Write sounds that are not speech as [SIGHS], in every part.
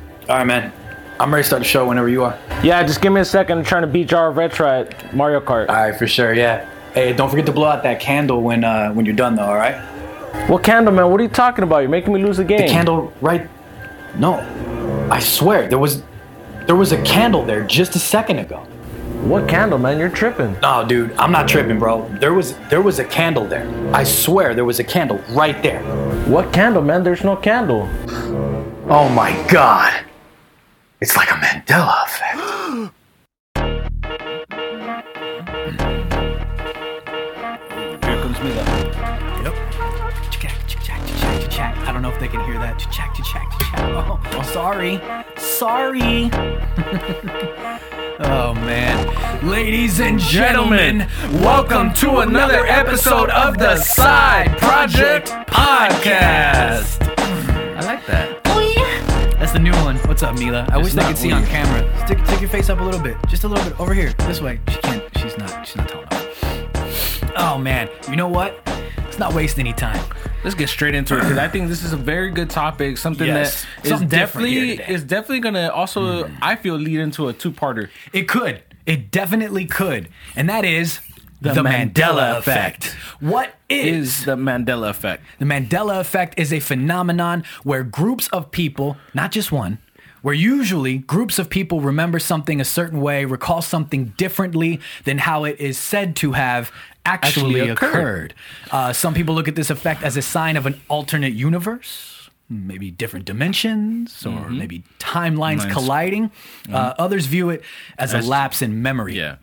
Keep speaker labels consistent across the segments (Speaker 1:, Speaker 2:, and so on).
Speaker 1: All right, man. I'm ready to start the show whenever you are.
Speaker 2: Yeah, just give me a second. I'm trying to beat Jar of Retra at Mario Kart.
Speaker 1: All right, for sure. Yeah. Hey, don't forget to blow out that candle when uh, when you're done, though. All right.
Speaker 2: What candle, man? What are you talking about? You're making me lose the game.
Speaker 1: The candle right? No, I swear there was there was a candle there just a second ago.
Speaker 2: What candle, man? You're tripping.
Speaker 1: No, dude, I'm not tripping, bro. There was there was a candle there. I swear there was a candle right there.
Speaker 2: What candle, man? There's no candle.
Speaker 1: Oh my god. It's like a Mandela effect.
Speaker 3: Here comes me though.
Speaker 4: Ch-chack, ch-chack, ch-chack, ch-chack. I don't know if they can hear that. Ch-chack, ch-chack, ch-chack. Oh, oh, sorry. Sorry. [LAUGHS] oh, man. Ladies and gentlemen, welcome to another episode of the Side Project Podcast. I like that. That's the new one. What's up, Mila? I wish they
Speaker 3: not
Speaker 4: could see on camera. Stick, stick your face up a little bit. Just a little bit. Over here. This way. She can't. She's not. She's not tall enough. Oh, man. You know what? Let's not waste any time.
Speaker 3: Let's get straight into it because I think this is a very good topic. Something
Speaker 4: Yes.
Speaker 3: that is
Speaker 4: Something different Mm. here
Speaker 3: definitely
Speaker 4: today.
Speaker 3: is definitely gonna also I feel lead into a two parter.
Speaker 4: It could. It definitely could. And that is the,
Speaker 3: Mandela
Speaker 4: Mandela,
Speaker 3: effect.
Speaker 4: effect. What is,
Speaker 3: Is the Mandela effect?
Speaker 4: the Mandela effect is a phenomenon where groups of people, not just one, where usually groups of people remember something a certain way, recall something differently than how it is said to have actually,
Speaker 3: Actually
Speaker 4: occurred.
Speaker 3: occurred.
Speaker 4: Uh, some people look at this effect as a sign of an alternate universe, maybe different dimensions, or
Speaker 3: Mm-hmm.
Speaker 4: maybe timelines
Speaker 3: Lines.
Speaker 4: colliding. Uh, others view it as,
Speaker 3: Mm-hmm. As-
Speaker 4: a lapse in memory.
Speaker 3: Yeah.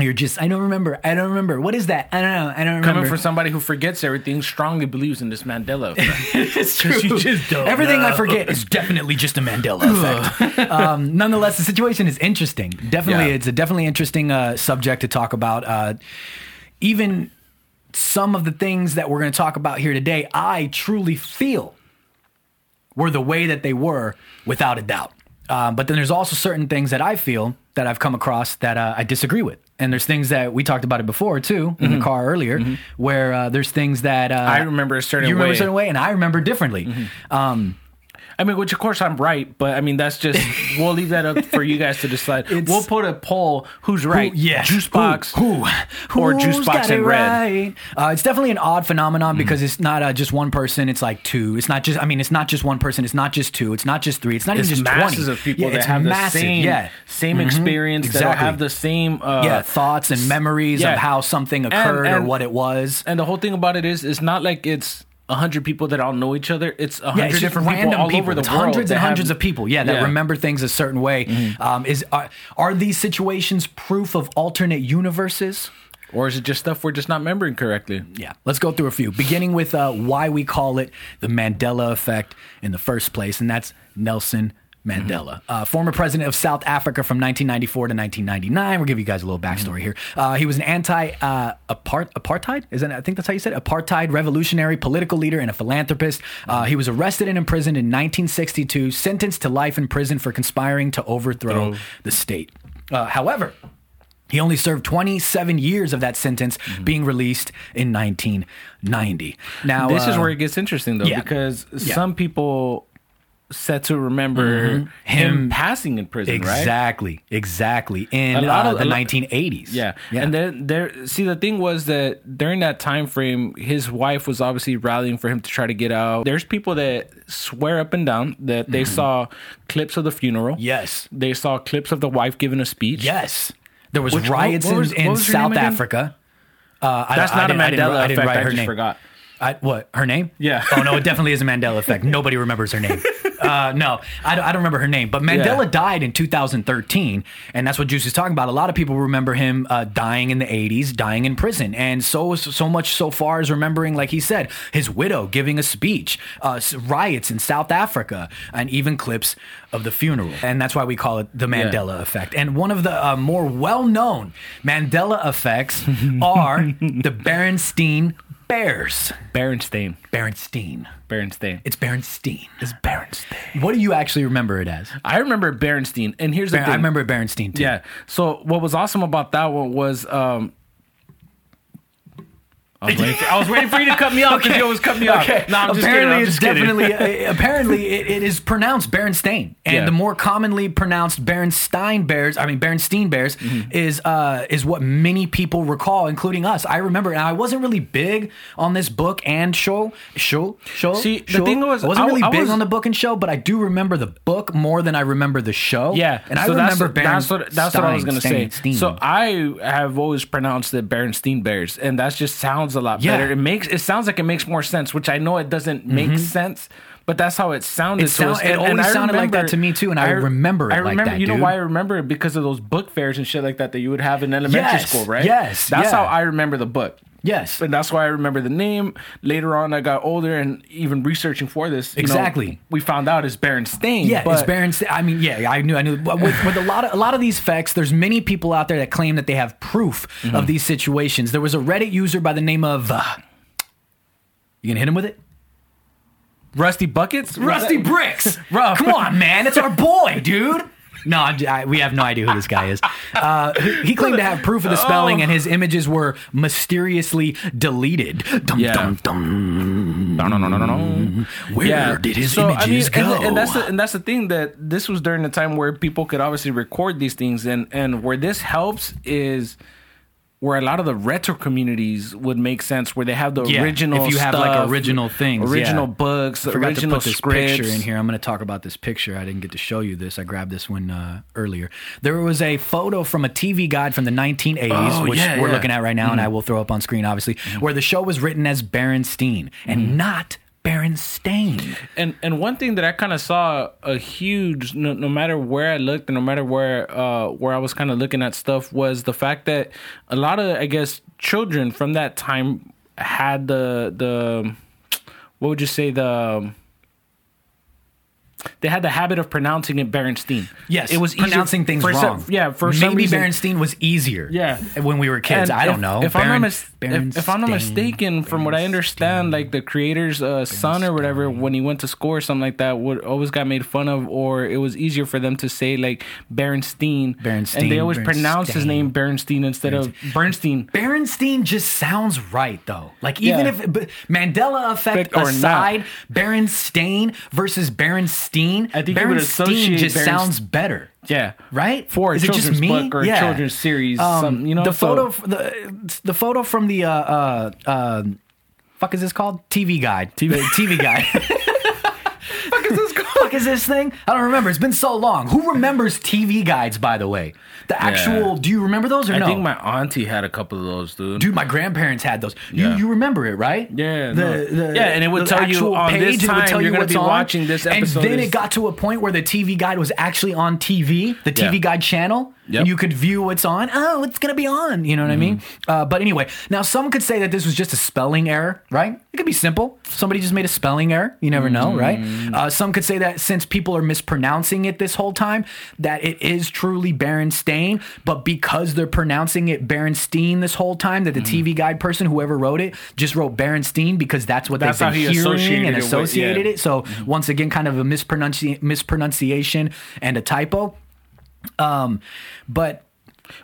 Speaker 4: You're just, I don't remember. I don't remember. What is that? I don't know. I don't remember.
Speaker 3: Coming from somebody who forgets everything, strongly believes in this Mandela effect. [LAUGHS]
Speaker 4: it's true.
Speaker 3: you just don't
Speaker 4: Everything I
Speaker 3: know.
Speaker 4: forget is definitely just a Mandela [LAUGHS] effect. um, nonetheless, the situation is interesting. Definitely,
Speaker 3: Yeah.
Speaker 4: it's a definitely interesting uh, subject to talk about. Uh, even some of the things that we're going to talk about here today, I truly feel were the way that they were, without a doubt. Um, but then there's also certain things that I feel that I've come across that uh, I disagree with. And there's things that we talked about it before too in the car earlier, where uh, there's things that uh,
Speaker 3: Mm-hmm. I remember a certain
Speaker 4: you remember
Speaker 3: way. Mm-hmm.
Speaker 4: a certain way, and I remember differently. Um,
Speaker 3: I mean, which of course I'm right, but I mean that's
Speaker 4: [LAUGHS]
Speaker 3: just we'll leave that up for you guys to decide.
Speaker 4: It's-
Speaker 3: we'll put a poll who's right.
Speaker 4: yeah,
Speaker 3: Juice box.
Speaker 4: who, who
Speaker 3: or
Speaker 4: who's
Speaker 3: juice box
Speaker 4: got it
Speaker 3: and red.
Speaker 4: right? Uh, it's definitely an odd phenomenon
Speaker 3: Mm.
Speaker 4: because it's not uh, just one person; it's like two. It's not just. I mean, it's not just one person. It's not just two. It's not just three. It's not
Speaker 3: It's
Speaker 4: even just
Speaker 3: masses
Speaker 4: twenty
Speaker 3: of people
Speaker 4: Yeah,
Speaker 3: that
Speaker 4: it's
Speaker 3: have
Speaker 4: massive,
Speaker 3: the same
Speaker 4: Yeah. Mm-hmm.
Speaker 3: same experience. That
Speaker 4: Exactly.
Speaker 3: don't have the same uh,
Speaker 4: yeah, thoughts and memories
Speaker 3: yeah.
Speaker 4: of how something occurred or
Speaker 3: and-
Speaker 4: what it was.
Speaker 3: And the whole thing about it is, it's not like it's a hundred people that all know each other. It's a
Speaker 4: Yeah,
Speaker 3: hundred
Speaker 4: it's just
Speaker 3: different people
Speaker 4: random
Speaker 3: all
Speaker 4: people.
Speaker 3: over the
Speaker 4: It's
Speaker 3: world.
Speaker 4: hundreds
Speaker 3: that
Speaker 4: and
Speaker 3: have-
Speaker 4: hundreds of people. Yeah, that
Speaker 3: Yeah. Mm-hmm.
Speaker 4: remember things a certain way. Um, is are, are these situations proof of alternate universes?
Speaker 3: Or is it just stuff we're just not remembering correctly?
Speaker 4: Yeah, let's go through a few. Beginning with uh, why we call it the Mandela effect in the first place, and that's Nelson Mandela, uh, former president of South Africa from 1994 to 1999. We'll give you guys a little backstory here. Uh, he was an anti uh, apart- apartheid, isn't I think that's how you said it? apartheid revolutionary political leader and a philanthropist. Uh, he was arrested and imprisoned in 1962, sentenced to life in prison for conspiring to overthrow the state. Uh, however, he only served 27 years of that sentence,
Speaker 3: Mm-hmm.
Speaker 4: being released in 1990. Now,
Speaker 3: This is
Speaker 4: uh,
Speaker 3: where it gets interesting though,
Speaker 4: yeah.
Speaker 3: because
Speaker 4: Yeah. Mm-hmm.
Speaker 3: some people said to remember him,
Speaker 4: Him-
Speaker 3: passing in prison, right?
Speaker 4: exactly, exactly in
Speaker 3: A lot
Speaker 4: uh,
Speaker 3: of-
Speaker 4: the
Speaker 3: a lot-
Speaker 4: 1980s.
Speaker 3: Yeah.
Speaker 4: yeah,
Speaker 3: And then there see the thing was that during that time frame his wife was obviously rallying for him to try to get out. There's people that swear up and down that they saw clips of the funeral.
Speaker 4: Mm-hmm. yes,
Speaker 3: They saw clips of the wife giving a speech.
Speaker 4: yes. There was
Speaker 3: Which- what-
Speaker 4: riots
Speaker 3: what was-
Speaker 4: in, in
Speaker 3: what was her name
Speaker 4: South
Speaker 3: again?
Speaker 4: Africa. Uh, I-
Speaker 3: That's
Speaker 4: I
Speaker 3: not a
Speaker 4: didn't- I didn't-
Speaker 3: Mandela
Speaker 4: I didn't
Speaker 3: effect.
Speaker 4: write
Speaker 3: I
Speaker 4: her
Speaker 3: just
Speaker 4: name.
Speaker 3: forgot.
Speaker 4: I, what her name?
Speaker 3: Yeah.
Speaker 4: oh no, it definitely is a Mandela effect. Nobody remembers her name. Uh, no, I don't, I don't remember her name. But Mandela
Speaker 3: Yeah.
Speaker 4: died in 2013, and that's what Juice is talking about. A lot of people remember him uh, dying in the 80s, dying in prison, and so so much so far as remembering, like he said, his widow giving a speech, uh, s- riots in South Africa, and even clips of the funeral. And that's why we call it the Mandela effect. And one of the uh, more well-known Mandela effects are the Berenstain Bears.
Speaker 3: Berenstain.
Speaker 4: Berenstein.
Speaker 3: Berenstain.
Speaker 4: It's Berenstein. It's
Speaker 3: Berenstain.
Speaker 4: What do you actually remember it as?
Speaker 3: I remember Berenstein, and here's the
Speaker 4: Ber-
Speaker 3: thing.
Speaker 4: I remember Berenstein too. [LAUGHS]
Speaker 3: Yeah. So what was awesome about that one was um, I was, waiting for, I was waiting for you to cut me off because you always
Speaker 4: [LAUGHS]
Speaker 3: cut me off. No, I'm just kidding. I'm
Speaker 4: apparently
Speaker 3: just kidding.
Speaker 4: it's
Speaker 3: [LAUGHS]
Speaker 4: definitely uh, apparently it, it is pronounced Berenstain, and
Speaker 3: Yeah.
Speaker 4: the more commonly pronounced Berenstein Bears, I mean Berenstein Bears,
Speaker 3: Mm-hmm.
Speaker 4: is uh, is what many people recall, including us. I remember, and I wasn't really big on this book and show show show.
Speaker 3: See, the
Speaker 4: show.
Speaker 3: thing was,
Speaker 4: I wasn't
Speaker 3: I-
Speaker 4: really
Speaker 3: I
Speaker 4: big
Speaker 3: was-
Speaker 4: on the book and show, but I do remember the book more than I remember the show.
Speaker 3: Yeah,
Speaker 4: and I
Speaker 3: so that's-
Speaker 4: remember
Speaker 3: that's, what that's what I was
Speaker 4: Berenstein-
Speaker 3: gonna say.
Speaker 4: Stein.
Speaker 3: So I have always pronounced it Berenstein Bears, and that just sounds a lot
Speaker 4: Yeah.
Speaker 3: better. It makes it sounds like it makes more sense, which I know it doesn't make sense, but that's how it sounded.
Speaker 4: Mm-hmm. It sound-
Speaker 3: to us.
Speaker 4: it always
Speaker 3: I
Speaker 4: sounded like that to me too, and I remember it
Speaker 3: I
Speaker 4: like
Speaker 3: remember.
Speaker 4: that,
Speaker 3: you know
Speaker 4: dude.
Speaker 3: why I remember it because of those book fairs and shit like that that you would have in elementary
Speaker 4: Yes,
Speaker 3: school, right?
Speaker 4: yes,
Speaker 3: that's
Speaker 4: yeah.
Speaker 3: how I remember the book.
Speaker 4: yes,
Speaker 3: And that's why I remember the name. Later on, I got older and even researching for this. you know,
Speaker 4: Exactly.
Speaker 3: we found out it's Berenstain.
Speaker 4: Yeah,
Speaker 3: but
Speaker 4: it's Baron. Sta- I mean, yeah, I knew, I knew. But With, with a lot of a lot of these facts, there's many people out there that claim that they have proof
Speaker 3: Mm-hmm.
Speaker 4: of these situations. There was a Reddit user by the name of. Uh, you gonna hit him with it?
Speaker 3: Rusty Buckets?
Speaker 4: Rusty Bricks.
Speaker 3: [LAUGHS]
Speaker 4: Come on, man, it's our boy, dude. No, I'm j- I, we have no idea who this guy is. Uh, he, he claimed to have proof of the spelling, and his images were mysteriously deleted. Dum,
Speaker 3: Yeah.
Speaker 4: dum, dum.
Speaker 3: No, no, no, no, no, no.
Speaker 4: Where did his images
Speaker 3: I mean,
Speaker 4: go?
Speaker 3: And, and that's the, and that's the thing that this was during the time where people could obviously record these things, and and where this helps is where a lot of the retro communities would make sense, where they have the
Speaker 4: Yeah,
Speaker 3: original.
Speaker 4: if you have, like,
Speaker 3: stuff,
Speaker 4: original things,
Speaker 3: original
Speaker 4: yeah.
Speaker 3: books,
Speaker 4: I forgot
Speaker 3: original
Speaker 4: to put this
Speaker 3: scripts
Speaker 4: picture in here. I'm going to talk about this picture. I didn't get to show you this. I grabbed this one uh, earlier. There was a photo from a TV guide from the 1980s,
Speaker 3: Oh,
Speaker 4: which
Speaker 3: yeah, Mm-hmm.
Speaker 4: we're
Speaker 3: yeah.
Speaker 4: looking at right now, and I will throw up on screen, obviously, where the show was written as Berenstein
Speaker 3: Mm-hmm.
Speaker 4: and not Berenstain.
Speaker 3: and and one thing that I kind of saw a huge no, no matter where I looked and no matter where uh where I was kind of looking at stuff was the fact that a lot of I guess children from that time had the the what would you say the um, they had the habit of pronouncing it Berenstein.
Speaker 4: Yes,
Speaker 3: it was easier-
Speaker 4: pronouncing things
Speaker 3: for some-
Speaker 4: wrong.
Speaker 3: yeah, for
Speaker 4: maybe
Speaker 3: some reason.
Speaker 4: Berenstein was easier.
Speaker 3: Yeah.
Speaker 4: when we were kids,
Speaker 3: And
Speaker 4: I don't
Speaker 3: if-
Speaker 4: know.
Speaker 3: If, I'm not
Speaker 4: Beren-
Speaker 3: mis- if, if I'm not
Speaker 4: Berenstein.
Speaker 3: mistaken, from what I understand, like the creator's uh, son or whatever, when he went to school or something like that, would always got made fun of, or it was easier for them to say like Berenstein, and
Speaker 4: Berenstein,
Speaker 3: they always pronounced his
Speaker 4: Berenstein.
Speaker 3: name Berenstein instead of Bernstein.
Speaker 4: Berenstein just sounds right, though. Like even
Speaker 3: Yeah.
Speaker 4: if but Mandela effect
Speaker 3: Effect or not.
Speaker 4: aside, Berenstain versus Berenstein,
Speaker 3: I think you would
Speaker 4: Berenstein
Speaker 3: associate
Speaker 4: just
Speaker 3: Berens-
Speaker 4: sounds better.
Speaker 3: Yeah,
Speaker 4: Right?
Speaker 3: For a
Speaker 4: Is it just
Speaker 3: children's
Speaker 4: me?
Speaker 3: book or a
Speaker 4: Yeah. Um,
Speaker 3: children's series, something, you know.
Speaker 4: the
Speaker 3: so-
Speaker 4: photo, the, the photo from the uh, uh, uh, fuck is this called? TV guide, TV,
Speaker 3: [LAUGHS]
Speaker 4: TV guide. fuck is [LAUGHS] this called? Fuck is this thing? I don't remember. It's been so long. Who remembers TV guides? By the way, the actual. Do you remember those or
Speaker 3: I
Speaker 4: no?
Speaker 3: think my auntie had a couple of those, dude.
Speaker 4: Dude, my grandparents had those. You
Speaker 3: Yeah.
Speaker 4: you remember it, right?
Speaker 3: Yeah,
Speaker 4: The,
Speaker 3: no.
Speaker 4: the-
Speaker 3: Yeah, and it would
Speaker 4: the
Speaker 3: tell you
Speaker 4: actual
Speaker 3: on this
Speaker 4: page, it would
Speaker 3: time
Speaker 4: tell
Speaker 3: you're
Speaker 4: you
Speaker 3: gonna
Speaker 4: what's
Speaker 3: be
Speaker 4: on.
Speaker 3: watching this episode
Speaker 4: And then
Speaker 3: is-
Speaker 4: it got to a point where the TV guide was actually on TV, the TV
Speaker 3: Yeah.
Speaker 4: guide channel.
Speaker 3: Yep.
Speaker 4: And you could view what's on. Oh, it's gonna be on. You know what I mean? Uh, but anyway, now some could say that this was just a spelling error, right? It could be simple. Somebody just made a spelling error. You never know, right? Uh, some could say that since people are mispronouncing it this whole time, that it is truly Berenstain, but because they're pronouncing it Berenstein this whole time, that the TV guide person, whoever wrote it, just wrote Berenstein because that's what
Speaker 3: That's
Speaker 4: they've
Speaker 3: how
Speaker 4: been
Speaker 3: he
Speaker 4: hearing
Speaker 3: associated
Speaker 4: and
Speaker 3: it with-
Speaker 4: associated
Speaker 3: yeah.
Speaker 4: it. So once again, kind of a mispronunci- mispronunciation and a typo. Um, but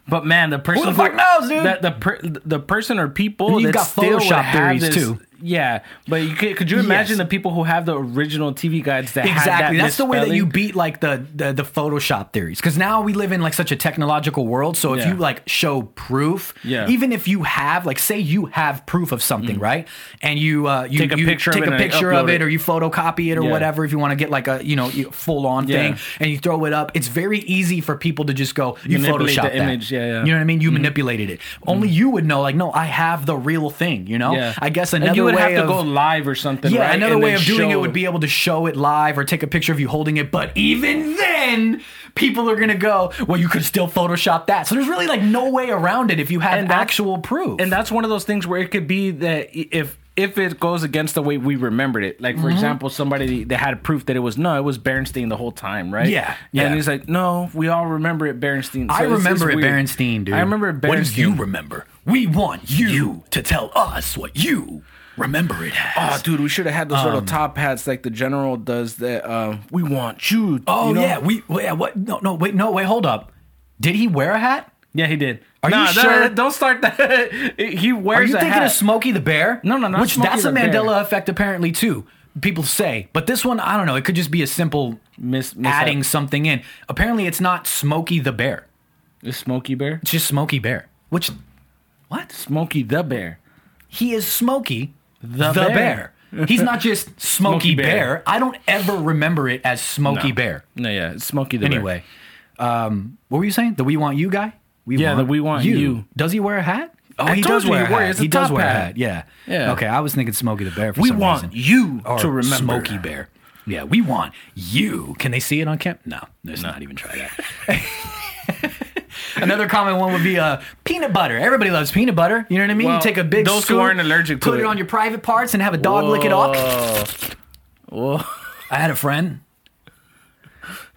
Speaker 3: But man, the person
Speaker 4: the fuck knows, dude?
Speaker 3: That the per, the person or people
Speaker 4: You've
Speaker 3: that
Speaker 4: got Photoshop
Speaker 3: still would have
Speaker 4: theories,
Speaker 3: this,
Speaker 4: too.
Speaker 3: Yeah, but you could, could you imagine
Speaker 4: Yes.
Speaker 3: the people who have the original TV guides that had
Speaker 4: exactly
Speaker 3: that
Speaker 4: that's the way that you
Speaker 3: misspelling?
Speaker 4: beat like the the, the photoshop theories because now we live in like such a technological world so if
Speaker 3: Yeah.
Speaker 4: you like show proof
Speaker 3: Yeah. Mm.
Speaker 4: even if you have like say you have proof of something right and you uh you
Speaker 3: Take a
Speaker 4: you
Speaker 3: picture of
Speaker 4: take
Speaker 3: it
Speaker 4: a
Speaker 3: and
Speaker 4: picture of
Speaker 3: upload
Speaker 4: it
Speaker 3: it.
Speaker 4: or you photocopy it or
Speaker 3: Yeah.
Speaker 4: whatever if you want to get like a you know full on
Speaker 3: Yeah.
Speaker 4: thing and you throw it up it's very easy for people to just go you
Speaker 3: Manipulate
Speaker 4: photoshop
Speaker 3: the
Speaker 4: that
Speaker 3: image, yeah, yeah. Mm-hmm.
Speaker 4: you know what i mean you manipulated it only you would know like no i have the real thing you know
Speaker 3: Yeah,
Speaker 4: i guess
Speaker 3: And
Speaker 4: another
Speaker 3: you would
Speaker 4: way
Speaker 3: have to
Speaker 4: of,
Speaker 3: go live or something.
Speaker 4: yeah,
Speaker 3: right?
Speaker 4: another
Speaker 3: And
Speaker 4: way
Speaker 3: then
Speaker 4: of doing it
Speaker 3: show-
Speaker 4: would be able to show it live or take a picture of you holding it. But even then, people are gonna go, "Well, you could still Photoshop that." So there's really like no way around it if you have
Speaker 3: And that's-
Speaker 4: actual proof.
Speaker 3: and that's one of those things where it could be that i- if if it goes against the way we remembered it,
Speaker 4: Mm-hmm.
Speaker 3: like for example, somebody that had proof that it was no, it was Berenstein the whole time, right?
Speaker 4: Yeah, yeah.
Speaker 3: And he's like, no, we all remember it, Berenstein. So
Speaker 4: I
Speaker 3: it's- it's
Speaker 4: remember it,
Speaker 3: weird.
Speaker 4: Berenstein, dude.
Speaker 3: I remember it, Berenstein.
Speaker 4: What do you remember? We want you, to tell us what you remember it
Speaker 3: Oh,
Speaker 4: as.
Speaker 3: dude, we should have had those little top hats like the general does. That uh, we want you.
Speaker 4: Oh
Speaker 3: you know?
Speaker 4: yeah, we. well, Yeah, what? No, no, wait, no, wait, hold up. Did he wear a hat?
Speaker 3: Yeah, he did.
Speaker 4: Are you
Speaker 3: Nah, that-
Speaker 4: sure?
Speaker 3: don't start that. [LAUGHS] he wears.
Speaker 4: Are you
Speaker 3: a
Speaker 4: thinking
Speaker 3: hat.
Speaker 4: of Smokey the Bear?
Speaker 3: No, no, not
Speaker 4: Which
Speaker 3: Smokey
Speaker 4: that's
Speaker 3: the
Speaker 4: a
Speaker 3: Bear.
Speaker 4: Mandela effect apparently too. People say, but this one I don't know. It could just be a simple
Speaker 3: Miss- miss
Speaker 4: adding
Speaker 3: that.
Speaker 4: something in. Apparently, it's not Smokey the Bear.
Speaker 3: The Smokey Bear?
Speaker 4: It's just Smokey Bear. Which what?
Speaker 3: Smokey the Bear.
Speaker 4: He is Smokey the,
Speaker 3: Bear.
Speaker 4: Bear. He's not
Speaker 3: [LAUGHS]
Speaker 4: just Smokey,
Speaker 3: Smokey Bear.
Speaker 4: Bear. I don't ever remember it as Smokey Bear.
Speaker 3: No, yeah, it's Smokey the Bear.
Speaker 4: Anyway, um, what were you saying? The We Want You guy? We
Speaker 3: Yeah, the We Want You.
Speaker 4: Does he wear a hat? Oh,
Speaker 3: I
Speaker 4: he
Speaker 3: told
Speaker 4: does
Speaker 3: you
Speaker 4: wear
Speaker 3: he
Speaker 4: a
Speaker 3: wears-
Speaker 4: hat.
Speaker 3: it's a
Speaker 4: He does
Speaker 3: top
Speaker 4: wear a
Speaker 3: hat.
Speaker 4: hat. Yeah.
Speaker 3: Yeah.
Speaker 4: Okay, I was thinking Smokey the Bear for
Speaker 3: we
Speaker 4: some
Speaker 3: want
Speaker 4: reason.
Speaker 3: you
Speaker 4: Or
Speaker 3: to remember.
Speaker 4: Smokey Bear. Yeah, we want you. Can they see it on camp? No, let's not even try that. [LAUGHS] Another common one would be uh, peanut butter. Everybody loves peanut butter. You know what I mean?
Speaker 3: Well,
Speaker 4: you take a big
Speaker 3: those who
Speaker 4: scoop,
Speaker 3: aren't allergic to
Speaker 4: put it,
Speaker 3: it.
Speaker 4: on your private parts, and have a dog lick it off. I had a friend.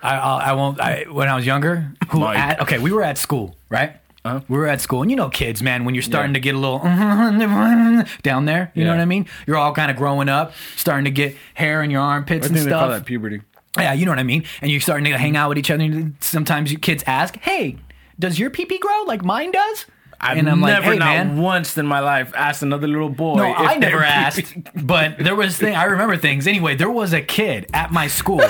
Speaker 4: I I, I won't. I, when I was younger, who
Speaker 3: Mike.
Speaker 4: at, okay, we were at school, right?
Speaker 3: Uh-huh.
Speaker 4: We were at school, and you know, kids, man, when you're starting to get a little [LAUGHS] down there, you know
Speaker 3: Yeah.
Speaker 4: what I mean? You're all kind of growing up, starting to get hair in your armpits
Speaker 3: I
Speaker 4: and
Speaker 3: think they call
Speaker 4: stuff.
Speaker 3: that puberty.
Speaker 4: Yeah, you know what I mean. And you're starting to hang out with each other. And sometimes you kids ask, "Hey, does your pee pee grow like mine does?"
Speaker 3: I've
Speaker 4: and I'm
Speaker 3: never,
Speaker 4: like, "Hey,
Speaker 3: not
Speaker 4: man,
Speaker 3: once in my life, asked another little boy.
Speaker 4: no,
Speaker 3: if
Speaker 4: I
Speaker 3: they're
Speaker 4: [LAUGHS] never
Speaker 3: pee-pee.
Speaker 4: asked, but there was thing I remember things. Anyway, there was a kid at my [LAUGHS] school.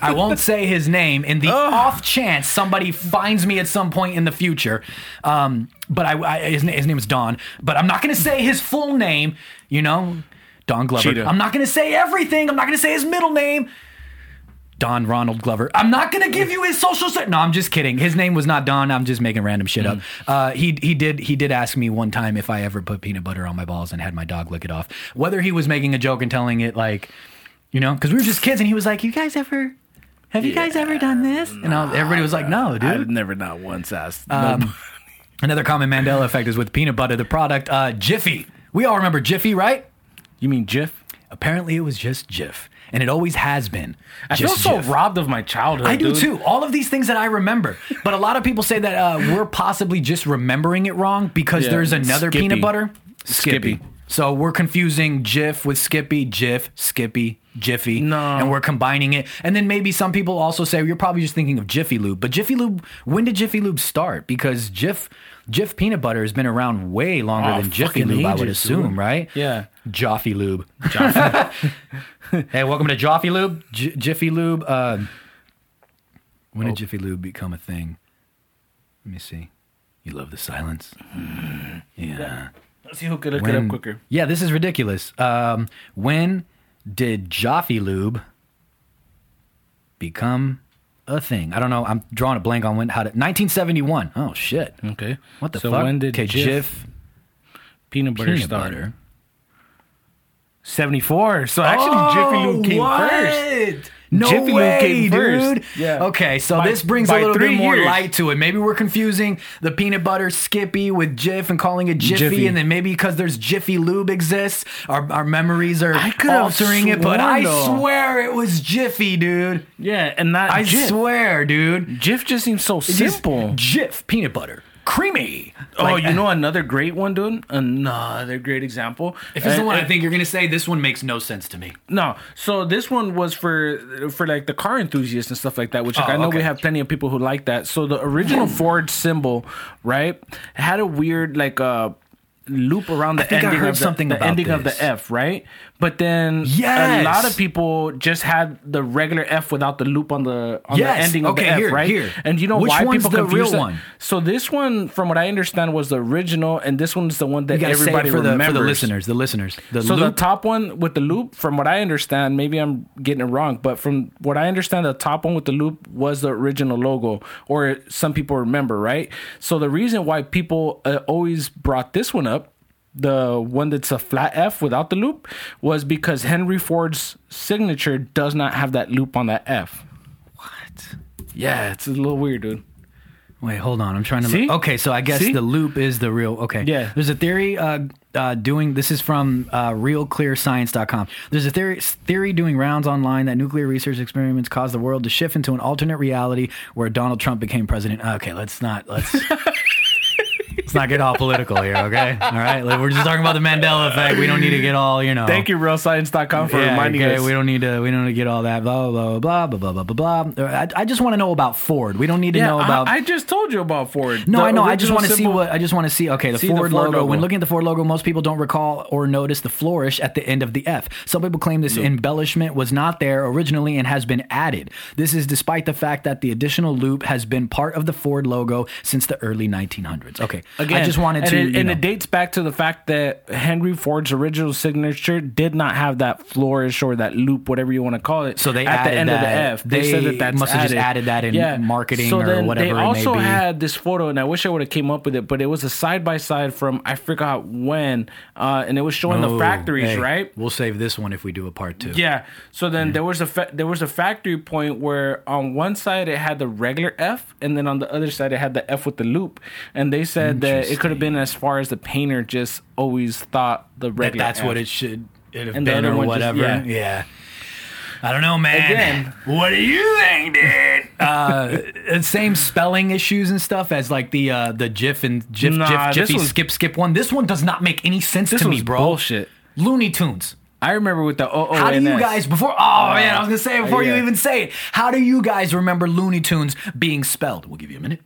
Speaker 4: I won't say his name. In the off chance somebody finds me at some point in the future, um, but I, I his, na- his name is Don. But I'm not going to say his full name. You know, Don Glover.
Speaker 3: Cheetah.
Speaker 4: I'm not going to say everything. I'm not going to say his middle name. Don Ronald Glover. I'm not gonna give you his social. Se- no, I'm just kidding. His name was not Don. I'm just making random shit
Speaker 3: Mm.
Speaker 4: up. Uh, he he did he did ask me one time if I ever put peanut butter on my balls and had my dog lick it off. Whether he was making a joke and telling it like, you know, because we were just kids, and he was like, "You guys ever? Have you guys ever done this?" And I was, everybody was like, "No, dude."
Speaker 3: I've never, not once asked. no,
Speaker 4: Another common Mandela effect is with peanut butter, the product uh, Jiffy. We all remember Jiffy, right?
Speaker 3: you mean Jiff?
Speaker 4: Apparently, it was just Jif, and it always has been.
Speaker 3: I feel
Speaker 4: just
Speaker 3: so
Speaker 4: Jif.
Speaker 3: robbed of my childhood.
Speaker 4: I do
Speaker 3: dude.
Speaker 4: too. All of these things that I remember, but a lot of people say that uh, we're possibly just remembering it wrong because
Speaker 3: Yeah.
Speaker 4: there's another
Speaker 3: Skippy.
Speaker 4: peanut butter, Skippy.
Speaker 3: Skippy.
Speaker 4: So we're confusing Jif with Skippy, Jif, Skippy, Jiffy,
Speaker 3: No.
Speaker 4: and we're combining it. And then maybe some people also say you're probably just thinking of Jiffy Lube, but Jiffy Lube. When did Jiffy Lube start? Because Jif, Jif peanut butter has been around way longer
Speaker 3: Oh,
Speaker 4: than Jiffy
Speaker 3: fucking
Speaker 4: Lube. I would
Speaker 3: ages,
Speaker 4: assume,
Speaker 3: dude.
Speaker 4: right?
Speaker 3: Yeah.
Speaker 4: Joffy Lube. [LAUGHS] hey, welcome to Joffy Lube, J- Jiffy Lube. Uh, when
Speaker 3: Oh.
Speaker 4: did Jiffy Lube become a thing? Let me see. You love the silence.
Speaker 3: Mm-hmm.
Speaker 4: Yeah.
Speaker 3: Let's see who could look it up
Speaker 4: When-
Speaker 3: quicker.
Speaker 4: Yeah, this is ridiculous. Um, when did Joffy Lube become a thing? I don't know. I'm drawing a blank on when. How did 1971? Oh shit.
Speaker 3: Okay.
Speaker 4: What the
Speaker 3: so
Speaker 4: fuck?
Speaker 3: when did
Speaker 4: okay,
Speaker 3: Jif,
Speaker 4: Jif
Speaker 3: peanut butter
Speaker 4: peanut
Speaker 3: start?
Speaker 4: butter?
Speaker 3: 74. So actually,
Speaker 4: Oh,
Speaker 3: Jiffy Lube came first.
Speaker 4: No
Speaker 3: Jiffy Lube
Speaker 4: way,
Speaker 3: came first.
Speaker 4: dude.
Speaker 3: Yeah.
Speaker 4: Okay, so
Speaker 3: By-
Speaker 4: this brings a
Speaker 3: by
Speaker 4: little
Speaker 3: three
Speaker 4: bit more
Speaker 3: years.
Speaker 4: light to it. Maybe we're confusing the peanut butter Skippy with Jif and calling it Jiffy,
Speaker 3: Jiffy.
Speaker 4: and then maybe because there's Jiffy Lube exists, our, our memories are
Speaker 3: I could've
Speaker 4: altering it. But
Speaker 3: sworn,
Speaker 4: I
Speaker 3: though.
Speaker 4: swear it was Jiffy, dude.
Speaker 3: Yeah, and not
Speaker 4: I
Speaker 3: Jif.
Speaker 4: swear, dude.
Speaker 3: Jif just seems so
Speaker 4: Just
Speaker 3: simple.
Speaker 4: Jif peanut butter, creamy.
Speaker 3: Oh,
Speaker 4: Like, eh.
Speaker 3: you know another great one, dude. Another great example. Eh,
Speaker 4: If it's the
Speaker 3: And-
Speaker 4: one I
Speaker 3: and-
Speaker 4: think you're gonna say, this one makes no sense to me.
Speaker 3: no, so this one was for for like the car enthusiasts and stuff like that. Which like,
Speaker 4: Oh,
Speaker 3: I know we
Speaker 4: okay.
Speaker 3: have plenty of people who like that. So the original Ford symbol, right, had a weird like uh, loop around the
Speaker 4: think I
Speaker 3: ending
Speaker 4: heard
Speaker 3: of the,
Speaker 4: something
Speaker 3: the
Speaker 4: about
Speaker 3: ending of
Speaker 4: this.
Speaker 3: the F, right? But then a
Speaker 4: Yes!
Speaker 3: lot of people just had the regular F without the loop on the on
Speaker 4: Yes.
Speaker 3: the ending of
Speaker 4: Okay,
Speaker 3: the F,
Speaker 4: here,
Speaker 3: right?
Speaker 4: here.
Speaker 3: And you know
Speaker 4: Which
Speaker 3: why
Speaker 4: one's
Speaker 3: people
Speaker 4: the
Speaker 3: confuse
Speaker 4: real
Speaker 3: that?
Speaker 4: one?
Speaker 3: So this one, from what I understand, was the original, and this one's the one that
Speaker 4: You gotta say it
Speaker 3: everybody
Speaker 4: for the,
Speaker 3: remembers
Speaker 4: for the listeners, the listeners. The
Speaker 3: so
Speaker 4: loop
Speaker 3: the top one with the loop, from what I understand, maybe I'm getting it wrong, but from what I understand, the top one with the loop was the original logo, or some people remember, right? So the reason why people uh, always brought this one up, the one that's a flat F without the loop, was because Henry Ford's signature does not have that loop on that F. What? Yeah, it's a little weird, dude.
Speaker 4: Wait, hold on. I'm trying to.
Speaker 3: See?
Speaker 4: Okay, so I guess
Speaker 3: See?
Speaker 4: the loop is the real. Okay.
Speaker 3: Yeah.
Speaker 4: There's a theory uh, uh, doing. This is from uh, realclearscience.com. There's a theory theory doing rounds online that nuclear research experiments caused the world to shift
Speaker 3: [LAUGHS]
Speaker 4: into an alternate reality where Donald Trump became president. Okay, let's not. Let's. Let's not get all political here, okay? All right, like, we're just talking about the Mandela effect. We don't need to get all you know.
Speaker 3: Thank you, realscience.com, for
Speaker 4: Oh. yeah,
Speaker 3: reminding
Speaker 4: okay,
Speaker 3: us.
Speaker 4: We don't need to. We don't need to get all that. Blah blah blah blah blah blah blah. blah. I, I just want to know about Ford. We don't need to
Speaker 3: yeah,
Speaker 4: know about.
Speaker 3: I, I just told you about Ford.
Speaker 4: no,
Speaker 3: The
Speaker 4: I know. I just
Speaker 3: original
Speaker 4: want to see
Speaker 3: symbol-
Speaker 4: what. I just want to see. Okay, the
Speaker 3: See the
Speaker 4: Ford,
Speaker 3: Ford
Speaker 4: logo.
Speaker 3: logo.
Speaker 4: When looking at the Ford logo, most people don't recall or notice the flourish at the end of the F. Some people claim this embellishment was not there originally and has been added. This is despite the fact that the additional loop has been part of the Ford logo since the early 1900s. Okay,
Speaker 3: Again,
Speaker 4: I just wanted
Speaker 3: and
Speaker 4: to.
Speaker 3: It,
Speaker 4: you
Speaker 3: and
Speaker 4: know.
Speaker 3: it dates back to the fact that Henry Ford's original signature did not have that flourish or that loop, whatever you want to call it.
Speaker 4: So they
Speaker 3: at the
Speaker 4: added
Speaker 3: end of the
Speaker 4: that.
Speaker 3: F, they, said
Speaker 4: They
Speaker 3: that that's
Speaker 4: must have just added that in marketing
Speaker 3: so
Speaker 4: or
Speaker 3: then
Speaker 4: whatever it
Speaker 3: They
Speaker 4: may
Speaker 3: also
Speaker 4: be.
Speaker 3: had this photo, and I wish I would have came up with it, but it was a side by side from I forgot when, uh, and it was showing
Speaker 4: Oh,
Speaker 3: the factories,
Speaker 4: hey,
Speaker 3: right?
Speaker 4: We'll save this one if we do a part two.
Speaker 3: Yeah. So then there was a fa- there was a factory point where on one side it had the regular F, and then on the other side it had the F with the loop, and they said that it could have been as far as the painter just always thought the
Speaker 4: that
Speaker 3: regular.
Speaker 4: that's
Speaker 3: F.
Speaker 4: what it should it have
Speaker 3: And the
Speaker 4: been
Speaker 3: other
Speaker 4: or
Speaker 3: one just-
Speaker 4: whatever.
Speaker 3: yeah.
Speaker 4: yeah. I don't know, man.
Speaker 3: Again.
Speaker 4: what do you think, dude? uh, [LAUGHS] same spelling issues and stuff as like the uh, the GIF and GIF,
Speaker 3: Nah,
Speaker 4: GIF
Speaker 3: this
Speaker 4: Jiffy
Speaker 3: was-
Speaker 4: skip skip one. This one does not make any sense
Speaker 3: This
Speaker 4: to me,
Speaker 3: was
Speaker 4: bro.
Speaker 3: bullshit.
Speaker 4: Looney Tunes.
Speaker 3: I remember with the OONS.
Speaker 4: How do you guys before? Oh man, I was gonna say it before you
Speaker 3: yeah.
Speaker 4: even say it. How do you guys remember Looney Tunes being spelled? We'll give you a minute.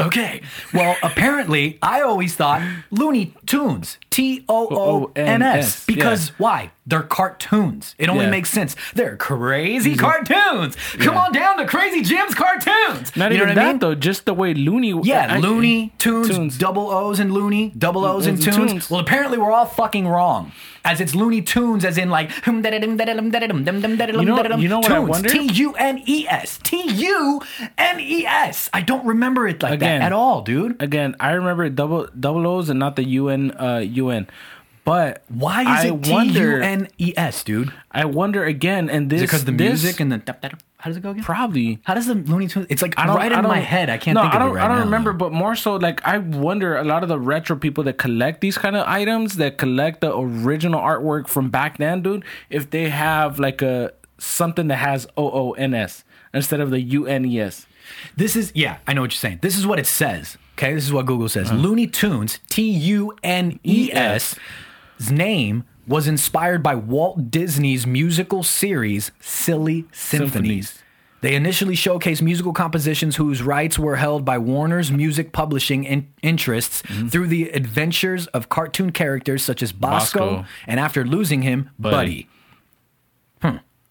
Speaker 4: Okay.
Speaker 3: [LAUGHS]
Speaker 4: Well, apparently, I always thought Looney Tunes, T O O N S,
Speaker 3: O-O-N-S,
Speaker 4: because
Speaker 3: yeah.
Speaker 4: why? They're cartoons. It only
Speaker 3: Yeah. Mm-hmm.
Speaker 4: makes sense. They're crazy cartoons. Come on down to Crazy Jim's cartoons.
Speaker 3: Not
Speaker 4: you know
Speaker 3: even
Speaker 4: what
Speaker 3: that
Speaker 4: I mean?
Speaker 3: though. Just the way Looney.
Speaker 4: Yeah,
Speaker 3: I-
Speaker 4: Looney Tunes,
Speaker 3: Tunes.
Speaker 4: double O's and Looney, double O's and
Speaker 3: O's and
Speaker 4: tunes.
Speaker 3: Tunes.
Speaker 4: Well, apparently we're all fucking wrong, as it's Looney Tunes, as in like hum da da dum da da dum da da dum dum dum da da dum
Speaker 3: You know-
Speaker 4: da da dum.
Speaker 3: you know what I wonder?
Speaker 4: T U N E S, T U N E S. I don't remember it like
Speaker 3: Again.
Speaker 4: that at all, dude.
Speaker 3: Again, I remember double double O's and not the UN uh, UN. But
Speaker 4: Why is
Speaker 3: I
Speaker 4: it T U
Speaker 3: wonder-
Speaker 4: N E S, dude?
Speaker 3: I wonder again, and this
Speaker 4: Is it because the
Speaker 3: this-
Speaker 4: music and the da- da- da- how does it go again?
Speaker 3: probably
Speaker 4: How does the Looney Tunes? It's like
Speaker 3: I don't-
Speaker 4: right
Speaker 3: I
Speaker 4: in my
Speaker 3: don't-
Speaker 4: head. I can't
Speaker 3: no,
Speaker 4: think
Speaker 3: I
Speaker 4: of
Speaker 3: don't,
Speaker 4: it right
Speaker 3: I don't
Speaker 4: now,
Speaker 3: remember,
Speaker 4: though.
Speaker 3: but more so, like I wonder a lot of the retro people that collect these kind of items that collect the original artwork from back then, dude, if they have like a something that has O O N S instead of the U N E S.
Speaker 4: This is yeah, I know what you're saying. This is what it says. Okay, this is what Google says. Looney Tunes, T U N E S, name was inspired by Walt Disney's musical series Silly Symphonies.
Speaker 3: Symphonies.
Speaker 4: They initially showcased musical compositions whose rights were held by Warner's music publishing in- interests through the adventures of cartoon characters such as Bosco,
Speaker 3: Bosco.
Speaker 4: and after losing him, Buddy.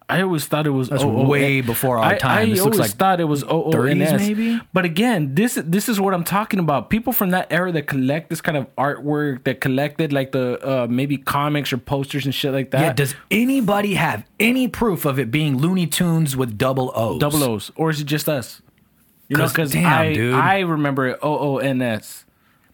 Speaker 3: I always thought it was That's
Speaker 4: way before our time.
Speaker 3: I,
Speaker 4: This looks like
Speaker 3: always thought it was O O N
Speaker 4: 30s
Speaker 3: S.
Speaker 4: maybe?
Speaker 3: But again, this this is what I'm talking about. People from that era that collect this kind of artwork, that collected like the uh, maybe comics or posters and shit like that.
Speaker 4: Yeah, does anybody have any proof of it being Looney Tunes with double O's?
Speaker 3: double O's, or is it just us? You know,
Speaker 4: 'Cause
Speaker 3: because
Speaker 4: damn,
Speaker 3: I
Speaker 4: dude.
Speaker 3: I remember it O O N S.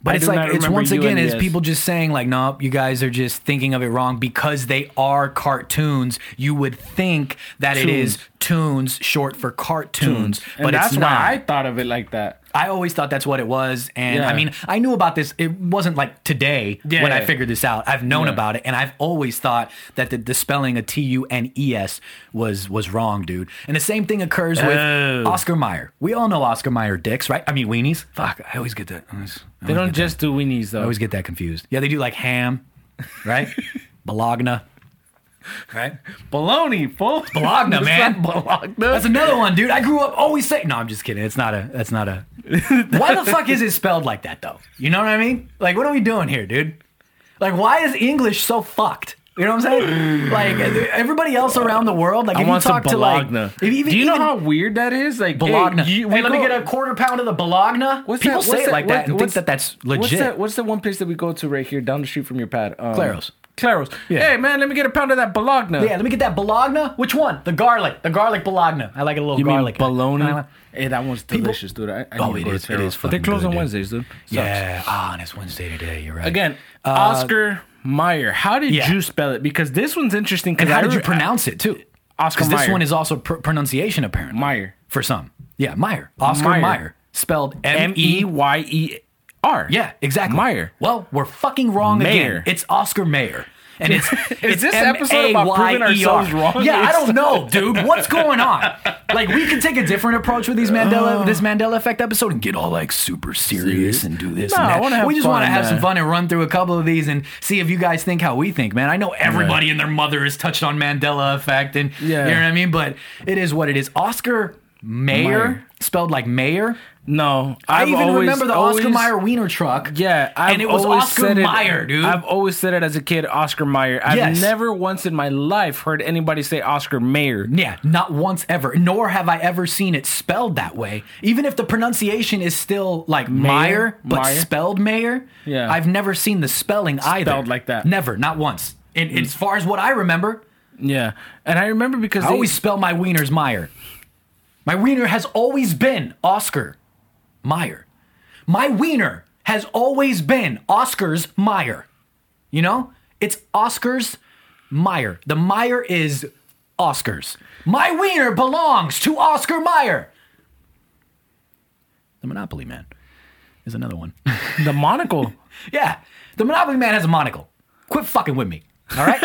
Speaker 4: But it's like it's once again is people just saying like, nope, you guys are just thinking of it wrong because they are cartoons. You would think that it is tunes, short for cartoons,
Speaker 3: and
Speaker 4: but
Speaker 3: that's
Speaker 4: it's
Speaker 3: why
Speaker 4: not.
Speaker 3: I thought of it like that.
Speaker 4: I always thought that's what it was, and
Speaker 3: Yeah.
Speaker 4: I mean, I knew about this. It wasn't like today
Speaker 3: Yeah.
Speaker 4: when I figured this out. I've known
Speaker 3: Yeah.
Speaker 4: about it, and I've always thought that the, the spelling of T U N E S was was wrong, dude. And the same thing occurs with
Speaker 3: Oh.
Speaker 4: Oscar Mayer. We all know Oscar Mayer dicks, right? I mean, weenies. Fuck, I always get that. I always, I
Speaker 3: They
Speaker 4: always
Speaker 3: don't
Speaker 4: get that.
Speaker 3: just do weenies though.
Speaker 4: I always get that confused. Yeah, they do like ham,
Speaker 3: [LAUGHS]
Speaker 4: right? Bologna, right?
Speaker 3: [LAUGHS] bologna, fool.
Speaker 4: Bologna,
Speaker 3: It's
Speaker 4: man.
Speaker 3: not Bologna.
Speaker 4: That's another one, dude. I grew up always saying, "No, I'm just kidding. It's not a. That's not
Speaker 3: [LAUGHS]
Speaker 4: a." Why the fuck is it spelled like that, though? You know what I mean? Like, what are we doing here, dude? Like, why is English so fucked? You know what I'm saying? Like everybody else around the world, like
Speaker 3: I
Speaker 4: if
Speaker 3: want
Speaker 4: you
Speaker 3: some
Speaker 4: talk to like,
Speaker 3: bologna.
Speaker 4: if you even,
Speaker 3: do you know
Speaker 4: even
Speaker 3: how weird that is? Like hey,
Speaker 4: bologna? Hey,
Speaker 3: you- we
Speaker 4: let me
Speaker 3: go-
Speaker 4: get a quarter pound of the bologna.
Speaker 3: what's
Speaker 4: People
Speaker 3: that-
Speaker 4: say
Speaker 3: what's
Speaker 4: it like
Speaker 3: what-
Speaker 4: that and think
Speaker 3: what's-
Speaker 4: that that's legit.
Speaker 3: What's, that, what's the one place that we go to right here down the street from your pad? Um,
Speaker 4: Claro's.
Speaker 3: Claros.
Speaker 4: Yeah.
Speaker 3: Hey man, let me get a pound of that bologna.
Speaker 4: Yeah, let me get that bologna. Which one? The garlic. The garlic bologna. I like a little
Speaker 3: You
Speaker 4: garlic.
Speaker 3: mean bologna?
Speaker 4: I-
Speaker 3: Hey, that one's delicious, dude. I, I
Speaker 4: Oh,
Speaker 3: need
Speaker 4: it
Speaker 3: to go to
Speaker 4: is- it
Speaker 3: Claro's.
Speaker 4: is
Speaker 3: But they
Speaker 4: fucking
Speaker 3: close
Speaker 4: good,
Speaker 3: on
Speaker 4: dude.
Speaker 3: Wednesdays, dude. Sucks.
Speaker 4: Yeah. Ah, and it's Wednesday today. You're right.
Speaker 3: Again, Oscar Meyer. How did
Speaker 4: yeah.
Speaker 3: you spell it? Because this one's interesting.
Speaker 4: And
Speaker 3: Because
Speaker 4: how did you pronounce it too?
Speaker 3: Oscar
Speaker 4: Because this
Speaker 3: Mayer.
Speaker 4: one is also pr- pronunciation apparently.
Speaker 3: Mayer.
Speaker 4: for some. Yeah, Meyer. Oscar Meyer,
Speaker 3: Mayer.
Speaker 4: spelled M
Speaker 3: M E
Speaker 4: E.
Speaker 3: Y E R?
Speaker 4: Yeah, exactly.
Speaker 3: Meyer.
Speaker 4: Well, we're fucking wrong
Speaker 3: Mayer.
Speaker 4: again. It's Oscar Mayer. and it's
Speaker 3: [LAUGHS] Is this episode about proving
Speaker 4: M A Y E R.
Speaker 3: ourselves wrong?
Speaker 4: Yeah, I don't know, dude. What's going on? Like, we could take a different approach with these
Speaker 3: Uh.
Speaker 4: Mandela, this Mandela Effect episode, and get all like super serious and do this.
Speaker 3: No,
Speaker 4: and
Speaker 3: I
Speaker 4: that.
Speaker 3: wanna have
Speaker 4: we just want to
Speaker 3: fun, uh,
Speaker 4: have some
Speaker 3: man.
Speaker 4: fun and run through a couple of these and see if you guys think how we think, man. I know everybody and their mother has touched on Mandela Effect, and
Speaker 3: Yeah.
Speaker 4: you know what I mean. But it is what it is. Oscar Mayer,
Speaker 3: Mayer.
Speaker 4: spelled like Mayor.
Speaker 3: No,
Speaker 4: I
Speaker 3: I've
Speaker 4: even
Speaker 3: always-
Speaker 4: remember the Oscar
Speaker 3: always-
Speaker 4: Mayer wiener truck.
Speaker 3: Yeah, I've
Speaker 4: and it was
Speaker 3: always
Speaker 4: Oscar
Speaker 3: said it-
Speaker 4: Mayer, dude.
Speaker 3: I've always said it as a kid, Oscar Mayer. I've
Speaker 4: Yes.
Speaker 3: never once in my life heard anybody say Oscar Mayer.
Speaker 4: Yeah, not once ever. Nor have I ever seen it spelled that way. Even if the pronunciation is still like Meyer, but
Speaker 3: Meyer.
Speaker 4: spelled Mayer.
Speaker 3: Yeah.
Speaker 4: I've never seen the spelling either.
Speaker 3: Spelled like that.
Speaker 4: Never, not once. And, and as far as what I remember,
Speaker 3: Yeah, and I remember because
Speaker 4: I
Speaker 3: they-
Speaker 4: always spell my wieners Meyer. My wiener has always been Oscar Meyer. My wiener has always been Oscar's Meyer. You know, it's Oscar's Meyer. The Meyer is Oscar's. My wiener belongs to Oscar Meyer. The Monopoly Man is another one.
Speaker 3: [LAUGHS]
Speaker 4: [LAUGHS]
Speaker 3: the monocle.
Speaker 4: yeah, the Monopoly Man has a monocle. Quit fucking with me. All right?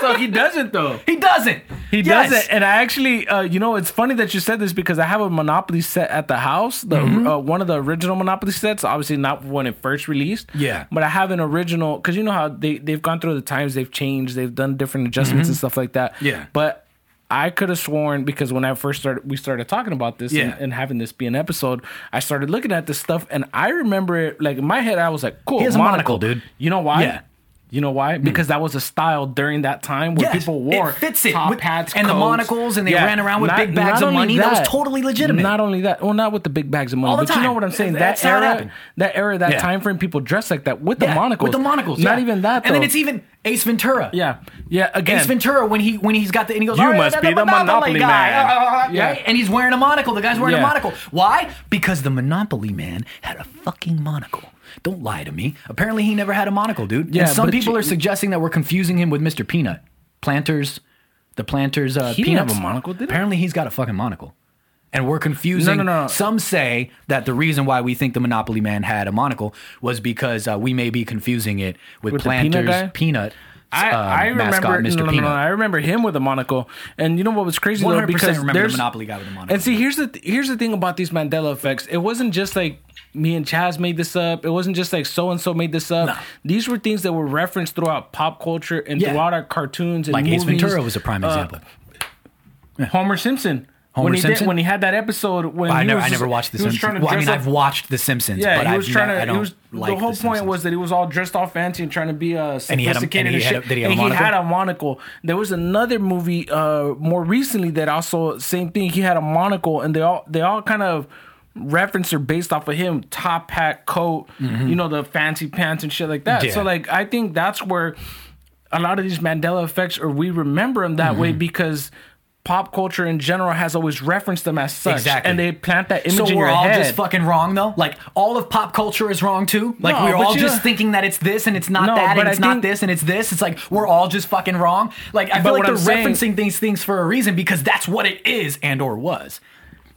Speaker 3: so he doesn't though.
Speaker 4: he doesn't.
Speaker 3: He
Speaker 4: Yes.
Speaker 3: doesn't. And I actually, uh, you know, it's funny that you said this because I have a Monopoly set at the house. The
Speaker 4: Mm-hmm.
Speaker 3: uh, one of the original Monopoly sets, obviously not when it first released.
Speaker 4: Yeah.
Speaker 3: But I have an original because you know how they they've gone through the times, they've changed, they've done different adjustments and stuff like that.
Speaker 4: Mm-hmm. Yeah.
Speaker 3: But I could have sworn because when I first started, we started talking about this and,
Speaker 4: Yeah.
Speaker 3: and having this be an episode. I started looking at this stuff, and I remember it like in my head. I was like, "Cool,
Speaker 4: He has a monocle, dude.
Speaker 3: You know why?
Speaker 4: Yeah. Mm.
Speaker 3: You know why? Because that was a style during that time where
Speaker 4: Yes,
Speaker 3: people wore
Speaker 4: it fits it
Speaker 3: top
Speaker 4: with-
Speaker 3: hats
Speaker 4: and the
Speaker 3: coats.
Speaker 4: monocles, and they ran around with big bags
Speaker 3: not
Speaker 4: of
Speaker 3: only
Speaker 4: money. That was totally legitimate.
Speaker 3: Not only that, well, not with the big bags of money,
Speaker 4: All the
Speaker 3: but you know
Speaker 4: time.
Speaker 3: what I'm saying.
Speaker 4: That's
Speaker 3: that
Speaker 4: how it
Speaker 3: era,
Speaker 4: happened.
Speaker 3: that era, that
Speaker 4: Yeah.
Speaker 3: time frame, people dressed like that with the
Speaker 4: Yeah,
Speaker 3: monocles.
Speaker 4: With the monocles.
Speaker 3: Not
Speaker 4: yeah.
Speaker 3: even that.
Speaker 4: And then
Speaker 3: though.
Speaker 4: it's e- even Ace Ventura.
Speaker 3: yeah, yeah. Again,
Speaker 4: Ace Ventura when he when he's got the and he goes,
Speaker 3: You
Speaker 4: "All right,
Speaker 3: must
Speaker 4: I'm
Speaker 3: be the Monopoly
Speaker 4: guy.
Speaker 3: Man.
Speaker 4: Right?
Speaker 3: Yeah.
Speaker 4: And he's wearing a monocle. The guy's wearing a
Speaker 3: Yeah.
Speaker 4: monocle. Why? Because the Monopoly man had a fucking monocle. Don't lie to me. Apparently he never had a monocle, dude.
Speaker 3: Yeah,
Speaker 4: and some
Speaker 3: but
Speaker 4: people
Speaker 3: you-
Speaker 4: are suggesting that we're confusing him with Mr. Peanut. Planters the planters uh
Speaker 3: He didn't have
Speaker 4: Peanuts.
Speaker 3: a monocle, did he?
Speaker 4: Apparently he's got a fucking monocle. And we're confusing.
Speaker 3: No, no, no, no.
Speaker 4: Some say that the reason why we think the Monopoly Man had a monocle was because uh, we may be confusing it with,
Speaker 3: With the
Speaker 4: Planters
Speaker 3: Peanut guy?
Speaker 4: Peanut.
Speaker 3: I,
Speaker 4: um,
Speaker 3: I remember
Speaker 4: mascot,
Speaker 3: no,
Speaker 4: Mr.
Speaker 3: no, no,
Speaker 4: Peanut.
Speaker 3: I remember him with a monocle, and you know what was crazy though
Speaker 4: 100%
Speaker 3: because
Speaker 4: remember the
Speaker 3: there's
Speaker 4: Monopoly guy with the monocle.
Speaker 3: And see, here's the th- here's the thing about these Mandela effects. It wasn't just like me and Chaz made this up. It wasn't just like so and so made this up.
Speaker 4: No.
Speaker 3: These were things that were referenced throughout pop culture and
Speaker 4: Yeah.
Speaker 3: throughout our cartoons and
Speaker 4: Like
Speaker 3: movies. uh,
Speaker 4: Ace Ventura was a prime example.
Speaker 3: Homer Simpson.
Speaker 4: Homer
Speaker 3: when he
Speaker 4: Simpson?
Speaker 3: Did, when he had that episode when
Speaker 4: I
Speaker 3: he
Speaker 4: never,
Speaker 3: was
Speaker 4: I never
Speaker 3: just-
Speaker 4: watched The
Speaker 3: he was
Speaker 4: Simpsons.
Speaker 3: trying to
Speaker 4: Well, I
Speaker 3: dress
Speaker 4: mean,
Speaker 3: up-
Speaker 4: I've watched The Simpsons,
Speaker 3: yeah,
Speaker 4: but
Speaker 3: he
Speaker 4: I've
Speaker 3: was trying
Speaker 4: ne- I
Speaker 3: to.
Speaker 4: don't
Speaker 3: He was,
Speaker 4: like
Speaker 3: the whole point
Speaker 4: Simpsons.
Speaker 3: was that he was all dressed all fancy and trying to be uh,
Speaker 4: And he had a-
Speaker 3: sophisticated
Speaker 4: and he had a-
Speaker 3: shit.
Speaker 4: did he have a
Speaker 3: and he
Speaker 4: monocle?
Speaker 3: had a monocle. There was another movie uh, more recently that also same thing. He had a monocle, and they all they all kind of reference are based off of him top hat coat you know the fancy pants and shit like that
Speaker 4: Mm-hmm. Yeah.
Speaker 3: so like i think that's where a lot of these mandela effects or we remember them that
Speaker 4: Mm-hmm.
Speaker 3: way because pop culture in general has always referenced them as such
Speaker 4: Exactly.
Speaker 3: and they plant that image
Speaker 4: so
Speaker 3: in
Speaker 4: we're
Speaker 3: your
Speaker 4: all
Speaker 3: head
Speaker 4: just fucking wrong though. Like all of pop culture is wrong too. Like
Speaker 3: No,
Speaker 4: we're
Speaker 3: but
Speaker 4: all
Speaker 3: you
Speaker 4: just
Speaker 3: know-
Speaker 4: thinking that it's this and it's not
Speaker 3: No,
Speaker 4: that
Speaker 3: but
Speaker 4: and
Speaker 3: I
Speaker 4: it's not
Speaker 3: think-
Speaker 4: this and it's this. It's like we're all just fucking wrong. Like I
Speaker 3: But
Speaker 4: feel like
Speaker 3: what
Speaker 4: they're
Speaker 3: I'm
Speaker 4: referencing
Speaker 3: saying-
Speaker 4: these things for a reason because that's what it is and or was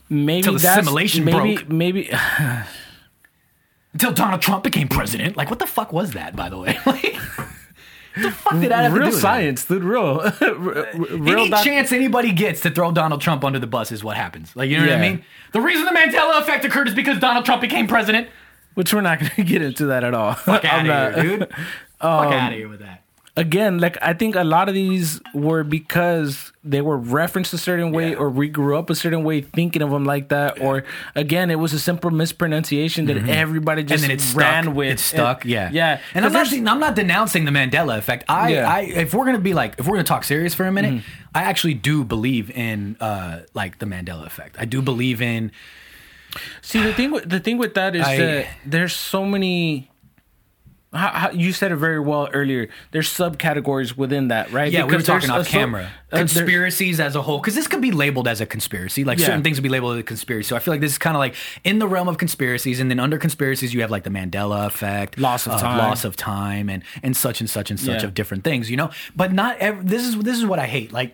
Speaker 3: maybe
Speaker 4: till the
Speaker 3: that's,
Speaker 4: simulation
Speaker 3: maybe,
Speaker 4: broke.
Speaker 3: Maybe [SIGHS]
Speaker 4: until Donald Trump became president. Like what the fuck was that by the way? [LAUGHS] Like what the fuck did that have to do
Speaker 3: real
Speaker 4: with it?
Speaker 3: science, dude. Real, [LAUGHS] r- r- real.
Speaker 4: Any
Speaker 3: doc-
Speaker 4: chance anybody gets to throw Donald Trump under the bus is what happens. Like you know what I
Speaker 3: Yeah.
Speaker 4: mean? The reason the Mandela effect occurred is because Donald Trump became president.
Speaker 3: which we're not going to [LAUGHS] get into that at all.
Speaker 4: Fuck out
Speaker 3: [LAUGHS]
Speaker 4: of
Speaker 3: I'm not-
Speaker 4: here, [LAUGHS] dude. Fuck out of here with that.
Speaker 3: Again, like I think a lot of these were because they were referenced a certain way,
Speaker 4: Yeah.
Speaker 3: or we grew up a certain way thinking of them like that, or again, it was a simple mispronunciation that everybody just ran with.
Speaker 4: It's stuck.
Speaker 3: And-
Speaker 4: yeah,
Speaker 3: yeah.
Speaker 4: And I'm not,
Speaker 3: 'Cause there's-
Speaker 4: I'm not denouncing the Mandela effect. I,
Speaker 3: Yeah.
Speaker 4: I, if we're gonna be like, if we're gonna talk serious for a minute, I actually do believe in uh, like the Mandela effect. I do believe in
Speaker 3: See the thing. With, the thing with that is
Speaker 4: I-
Speaker 3: that there's so many. How, how, you said it very well earlier. There's subcategories within that, right?
Speaker 4: yeah, we were
Speaker 3: Because there's
Speaker 4: talking
Speaker 3: a
Speaker 4: off
Speaker 3: sub-
Speaker 4: camera.
Speaker 3: uh, there-
Speaker 4: Conspiracies as a whole, because this could be labeled as a conspiracy. Like
Speaker 3: Yeah.
Speaker 4: certain things would be labeled as a conspiracy. So I feel like this is kind of like in the realm of conspiracies, and then under conspiracies, you have like the Mandela effect, uh,
Speaker 3: Loss of time.
Speaker 4: loss of time, and and such and such and such
Speaker 3: Yeah.
Speaker 4: of different things. You know, but not ev- This is this is what I hate. Like.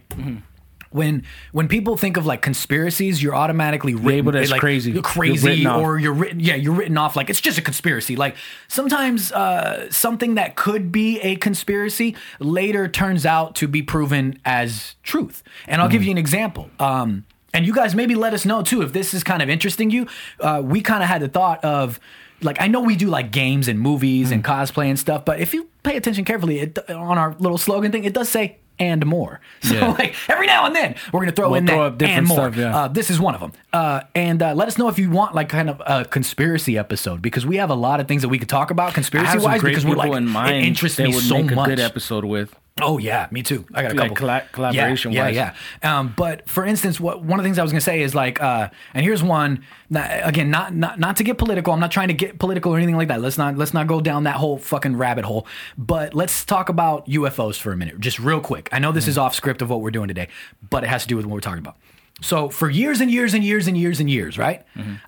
Speaker 4: when when people think of like conspiracies, you're automatically written,
Speaker 3: Labeled as
Speaker 4: like,
Speaker 3: crazy.
Speaker 4: you're
Speaker 3: You're
Speaker 4: crazy,
Speaker 3: written off.
Speaker 4: or you're written, yeah, you're written off like it's just a conspiracy. Like sometimes uh, something that could be a conspiracy later turns out to be proven as truth. And I'll give you an example. Um, and you guys maybe let us know too if this is kind of interesting you. Uh, we kind of had the thought of like I know we do like games and movies and cosplay and stuff, but if you pay attention carefully it, on our little slogan thing, it does say and more. [LAUGHS] So
Speaker 3: Yeah.
Speaker 4: like every now and then we're gonna throw
Speaker 3: We'll
Speaker 4: in
Speaker 3: throw
Speaker 4: that
Speaker 3: up different
Speaker 4: and more.
Speaker 3: stuff, yeah.
Speaker 4: Uh, this is one of them. Uh, and uh, let us know if you want like kind of a conspiracy episode because we have a lot of things that we could talk about
Speaker 3: I
Speaker 4: conspiracy
Speaker 3: have some
Speaker 4: wise
Speaker 3: great
Speaker 4: because
Speaker 3: people
Speaker 4: we're like
Speaker 3: in mind.
Speaker 4: it interests
Speaker 3: that
Speaker 4: me
Speaker 3: would
Speaker 4: so
Speaker 3: make
Speaker 4: much.
Speaker 3: A good episode with.
Speaker 4: Oh yeah, me too. I got a
Speaker 3: Like
Speaker 4: couple
Speaker 3: colla- collaboration
Speaker 4: Yeah,
Speaker 3: wise.
Speaker 4: yeah, yeah. Um, but for instance, what one of the things I was gonna say is like, uh, and here's one. Not, again, not not not to get political. I'm not trying to get political or anything like that. Let's not let's not go down that whole fucking rabbit hole. But let's talk about UFOs for a minute, just real quick. I know this is off script of what we're doing today, but it has to do with what we're talking about. So for years and years and years and years and years, right?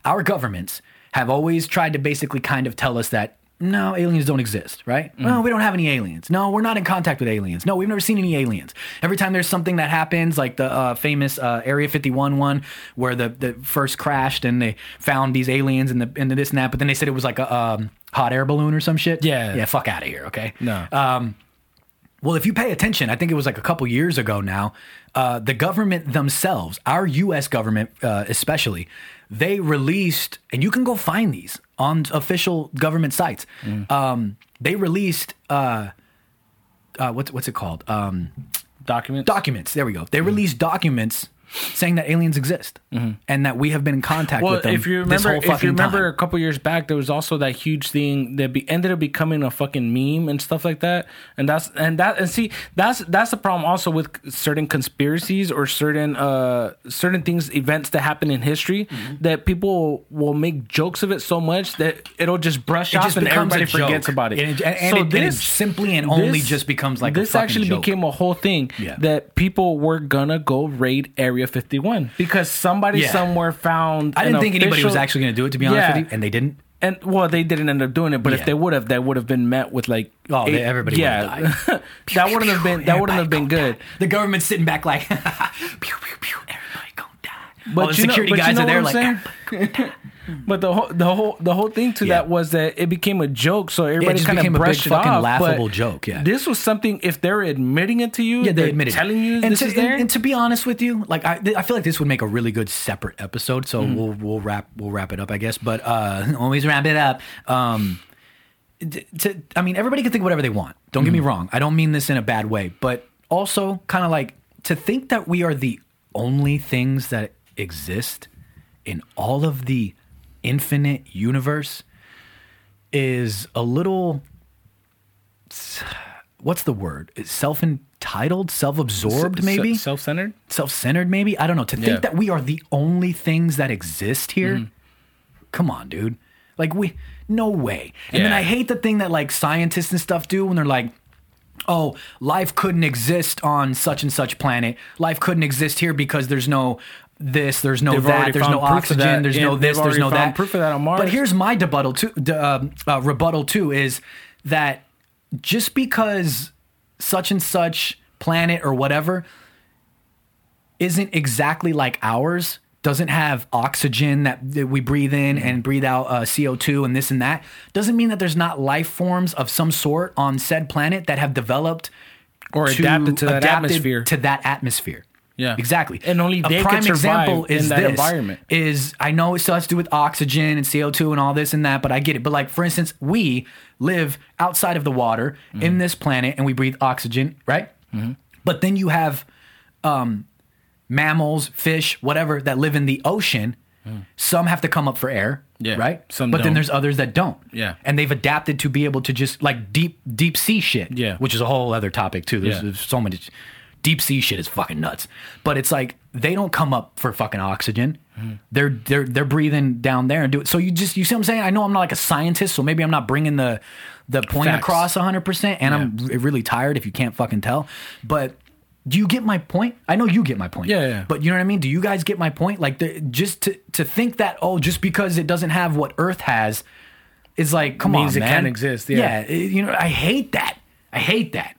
Speaker 4: Our governments have always tried to basically kind of tell us that no, aliens don't exist, right? No, we don't have any aliens. No, we're not in contact with aliens. No, we've never seen any aliens. Every time there's something that happens, like the uh, famous uh, Area 51 one, where the, the first crashed and they found these aliens and the and the this and that, but then they said it was like a um, hot air balloon or some shit.
Speaker 3: Yeah.
Speaker 4: yeah, fuck out of here, okay? Um,
Speaker 3: No.
Speaker 4: Well, if you pay attention, I think it was like a couple years ago now, uh, the government themselves, our US government uh, especially, they released, and you can go find these on official government sites.
Speaker 3: Mm.
Speaker 4: Um, they released, uh, uh, what's, what's it called? Um,
Speaker 3: Documents.
Speaker 4: documents. There we go.
Speaker 3: Mm.
Speaker 4: They released documents saying that aliens exist and that we have been in contact
Speaker 3: Mm-hmm. well,
Speaker 4: with them
Speaker 3: if you
Speaker 4: this
Speaker 3: remember,
Speaker 4: whole fucking
Speaker 3: if you remember
Speaker 4: time.
Speaker 3: a couple years back, there was also that huge thing that be, ended up becoming a fucking meme and stuff like that. And that's and that and see that's that's the problem also with certain conspiracies or certain uh certain things events that happen in history
Speaker 4: Mm-hmm.
Speaker 3: that people will make jokes of it so much that it'll just brush off
Speaker 4: just
Speaker 3: and
Speaker 4: becomes a
Speaker 3: everybody forgets
Speaker 4: joke.
Speaker 3: about it.
Speaker 4: And it- and it- and it simply and only just becomes like a
Speaker 3: this
Speaker 4: fucking
Speaker 3: actually
Speaker 4: joke.
Speaker 3: became a whole thing
Speaker 4: Yeah.
Speaker 3: that people were gonna go raid Area Fifty One because somebody
Speaker 4: Yeah.
Speaker 3: somewhere found
Speaker 4: I didn't
Speaker 3: an
Speaker 4: think anybody was
Speaker 3: official-
Speaker 4: actually going to do it, to be honest
Speaker 3: Yeah.
Speaker 4: with you, and they didn't.
Speaker 3: And well, they didn't end up doing it, but
Speaker 4: Yeah.
Speaker 3: if they would have, that would have been met with like
Speaker 4: Oh, they- everybody would've
Speaker 3: died. [LAUGHS] that wouldn't have been that wouldn't have been
Speaker 4: Everybody gonna
Speaker 3: good.
Speaker 4: die. The government's sitting back like, [LAUGHS] pew pew pew. Everybody gonna die. All
Speaker 3: But
Speaker 4: the
Speaker 3: you know-
Speaker 4: security
Speaker 3: but you
Speaker 4: guys
Speaker 3: know
Speaker 4: are there
Speaker 3: what
Speaker 4: like,
Speaker 3: I'm
Speaker 4: [LAUGHS]
Speaker 3: saying? but the whole the whole the whole thing to
Speaker 4: Yeah.
Speaker 3: that was that it became a joke, so everybody
Speaker 4: just
Speaker 3: kind
Speaker 4: became
Speaker 3: of
Speaker 4: a big
Speaker 3: brushed it
Speaker 4: fucking
Speaker 3: off. but
Speaker 4: laughable joke, yeah.
Speaker 3: this was something. If they're admitting it to you,
Speaker 4: yeah,
Speaker 3: they're
Speaker 4: they admitted it.
Speaker 3: telling you
Speaker 4: And
Speaker 3: this
Speaker 4: to,
Speaker 3: is there.
Speaker 4: And, and to be honest with you, like I, th- I feel like this would make a really good separate episode. So
Speaker 3: Hmm.
Speaker 4: we'll we'll wrap we'll wrap it up, I guess. But uh, [LAUGHS] always wrap it up. Um, d- to, I mean, everybody can think whatever they want. Don't
Speaker 3: Hmm.
Speaker 4: get me wrong. I don't mean this in a bad way, but also kind of like to think that we are the only things that exist in all of the infinite universe is a little what's the word? Self entitled, self absorbed, maybe
Speaker 3: self centered.
Speaker 4: self centered, maybe. I don't know. To think
Speaker 3: Yeah. Mm-hmm.
Speaker 4: that we are the only things that exist here. Come on, dude. Like, we, no way. And then
Speaker 3: Yeah.
Speaker 4: I hate the thing that like scientists and stuff do when they're like, oh, life couldn't exist on such and such planet. Life couldn't exist here because there's no this, there's no
Speaker 3: They've
Speaker 4: that,
Speaker 3: already
Speaker 4: there's no
Speaker 3: found proof of
Speaker 4: oxygen,
Speaker 3: that.
Speaker 4: there's
Speaker 3: Yeah,
Speaker 4: no
Speaker 3: they've
Speaker 4: this, there's
Speaker 3: already
Speaker 4: no
Speaker 3: found
Speaker 4: that.
Speaker 3: proof of that on
Speaker 4: But
Speaker 3: Mars.
Speaker 4: here's my rebuttal too. d- um, uh, rebuttal too is that just because such and such planet or whatever isn't exactly like ours doesn't have oxygen that, that we breathe in and breathe out uh, co2 and this and that doesn't mean that there's not life forms of some sort on said planet that have developed
Speaker 3: Or adapted to that atmosphere.
Speaker 4: to that atmosphere
Speaker 3: Yeah.
Speaker 4: exactly
Speaker 3: And only they
Speaker 4: a
Speaker 3: could
Speaker 4: prime
Speaker 3: survive
Speaker 4: example
Speaker 3: in
Speaker 4: is
Speaker 3: that
Speaker 4: this,
Speaker 3: environment.
Speaker 4: is I know it still has to do with oxygen and CO2 and all this and that, but I get it. But like for instance, we live outside of the water
Speaker 3: Mm-hmm.
Speaker 4: in this planet and we breathe oxygen, right? But then you have um, mammals, fish, whatever that live in the ocean. Some have to come up for air,
Speaker 3: Mm. Yeah,
Speaker 4: right?
Speaker 3: some
Speaker 4: but then
Speaker 3: don't.
Speaker 4: there's others that don't.
Speaker 3: Yeah.
Speaker 4: and they've adapted to be able to just like deep deep sea shit.
Speaker 3: Yeah.
Speaker 4: which is a whole other topic too. There's,
Speaker 3: Yeah.
Speaker 4: there's so many deep sea shit is fucking nuts. But it's like they don't come up for fucking oxygen.
Speaker 3: Hmm.
Speaker 4: They're they're they're breathing down there and do it. So you just you see what I'm saying? I know I'm not like a scientist, so maybe I'm not bringing the the point
Speaker 3: Facts.
Speaker 4: across 100. percent And I'm re- really tired if you can't fucking tell. But do you get my point? I know you get my point.
Speaker 3: Yeah, yeah.
Speaker 4: But you know what I mean? Do you guys get my point? Like the, just to to think that oh, just because it doesn't have what Earth has, is like come
Speaker 3: Means
Speaker 4: on,
Speaker 3: it
Speaker 4: man.
Speaker 3: can't exist, yeah.
Speaker 4: yeah, it- you know I hate that. I hate that.